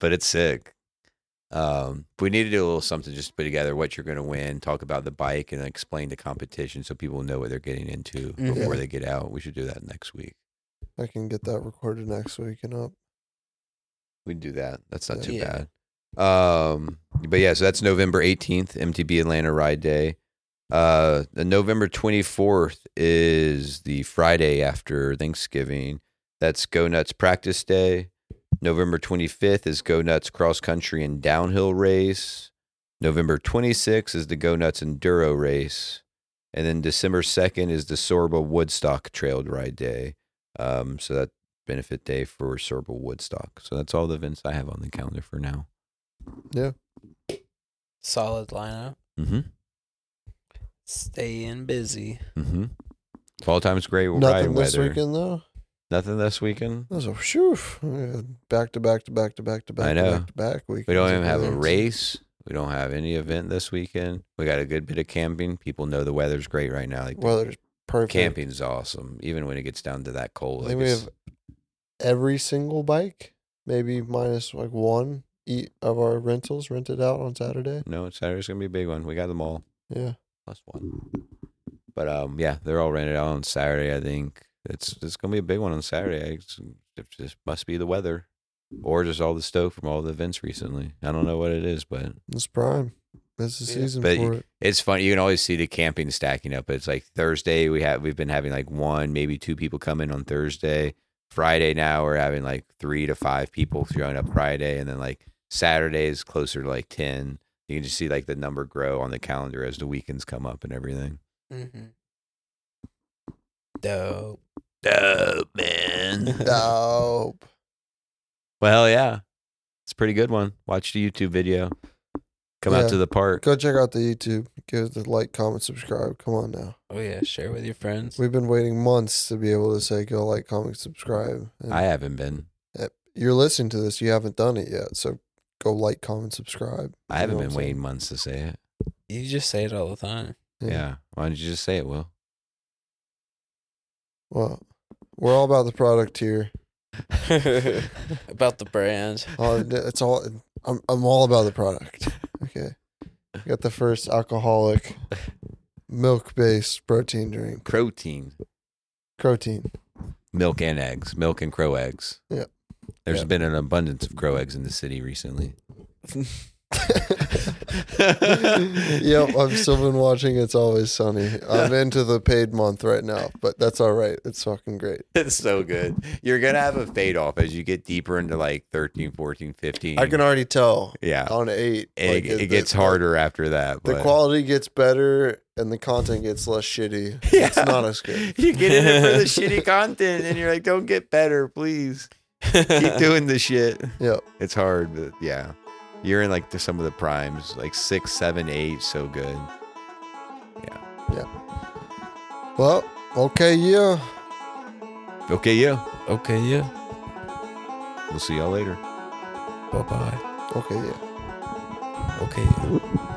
S4: but it's sick. Um, we need to do a little something just to put together what you're going to win, talk about the bike, and explain the competition so people know what they're getting into
S3: Mhm.
S4: before they get out. We should do that next week.
S1: I can get that recorded next week and up.
S4: We can do that. That's not too
S3: Yeah.
S4: bad. Um, but yeah, so that's November 18th, MTB Atlanta Ride Day. Uh, the November 24th is the Friday after Thanksgiving. That's Go Nuts Practice Day. November 25th is Go Nuts Cross Country and Downhill Race. November 26th is the Go Nuts Enduro Race. And then December 2nd is the Sorba Woodstock Trail Ride Day. Um, so that benefit day for Cerebral Woodstock. So that's all the events I have on the calendar for now.
S3: Solid lineup.
S4: Mm-hmm.
S3: Staying busy.
S4: Mm-hmm. Fall time's great. We'll ride
S1: Nothing
S4: weather.
S1: this weekend though.
S4: Nothing this weekend.
S1: Those are phew. Back to back to back to back to back to
S4: know.
S1: back to back week.
S4: We don't even have a race. We don't have any event this weekend. We got a good bit of camping. People know the weather's great right now. Like
S1: Weather's perfect.
S4: camping's awesome, even when it gets down to that cold.
S1: I
S4: Like
S1: think we
S4: it's-
S1: have every single bike, maybe minus like one eat of our rentals rented out on Saturday.
S4: no, Saturday's gonna be a big one. We got them all.
S1: Yeah.
S4: plus one. But um, yeah, they're all rented out on Saturday. I think it's it's gonna be a big one on Saturday. It's, it just must be the weather, or just all the stoke from all the events recently. I don't know what it is, but
S1: It's prime. It's the
S3: Yeah.
S1: season
S4: But
S1: for it.
S4: it's fun. You can always see the camping stacking up. It's like Thursday we have we've been having like one, maybe two people come in on Thursday. Friday now we're having like three to five people showing up Friday, and then like Saturday is closer to like ten. You can just see like the number grow on the calendar as the weekends come up and everything.
S3: Mm-hmm. Dope.
S4: Dope, man.
S1: Dope.
S4: Well, yeah, it's a pretty good one. Watch the YouTube video. Come
S1: Yeah.
S4: out to the park.
S1: Go check out the YouTube. Give us a like, comment, subscribe. Come on now.
S3: Oh yeah, share with your friends.
S1: We've been waiting months to be able to say go like, comment, subscribe. And
S4: I haven't been.
S1: you're listening to this, you haven't done it yet. So go like, comment, subscribe.
S4: I
S1: You
S4: haven't
S1: know
S4: been
S1: what I'm saying?
S4: waiting months to say it.
S3: You just say it all the time.
S4: Yeah. Why don't you just say it, Will?
S1: Well, we're all about the product here.
S3: About the brand.
S1: All, Uh, it's all I'm, I'm all about the product. Oh, Okay. We got the first alcoholic milk based protein drink.
S4: Protein,
S1: Protein.
S4: milk and eggs, milk and crow eggs.
S1: Yeah.
S4: There's
S1: Yeah.
S4: been an abundance of crow eggs in the city recently.
S1: yep, I've still been watching It's Always Sunny. I'm into the paid month right now, but that's all right. It's fucking great.
S4: It's so good. You're going to have a fade off as you get deeper into like 13, 14, 15.
S1: I can already tell
S4: yeah.
S1: on eight.
S4: It,
S1: like,
S4: it
S1: the-
S4: gets harder after that.
S1: The
S4: but-
S1: quality gets better and the content gets less shitty.
S4: Yeah.
S1: It's not as good.
S4: you get in it for the shitty content and you're like don't get better please keep doing the shit
S1: Yep.
S4: it's hard but yeah you're in like the, some of the primes like six seven eight so good
S1: Well, okay, yeah.
S4: okay yeah
S3: okay, yeah.
S4: we'll see y'all later
S3: Bye bye.
S1: Okay, yeah.
S3: Okay. Yeah.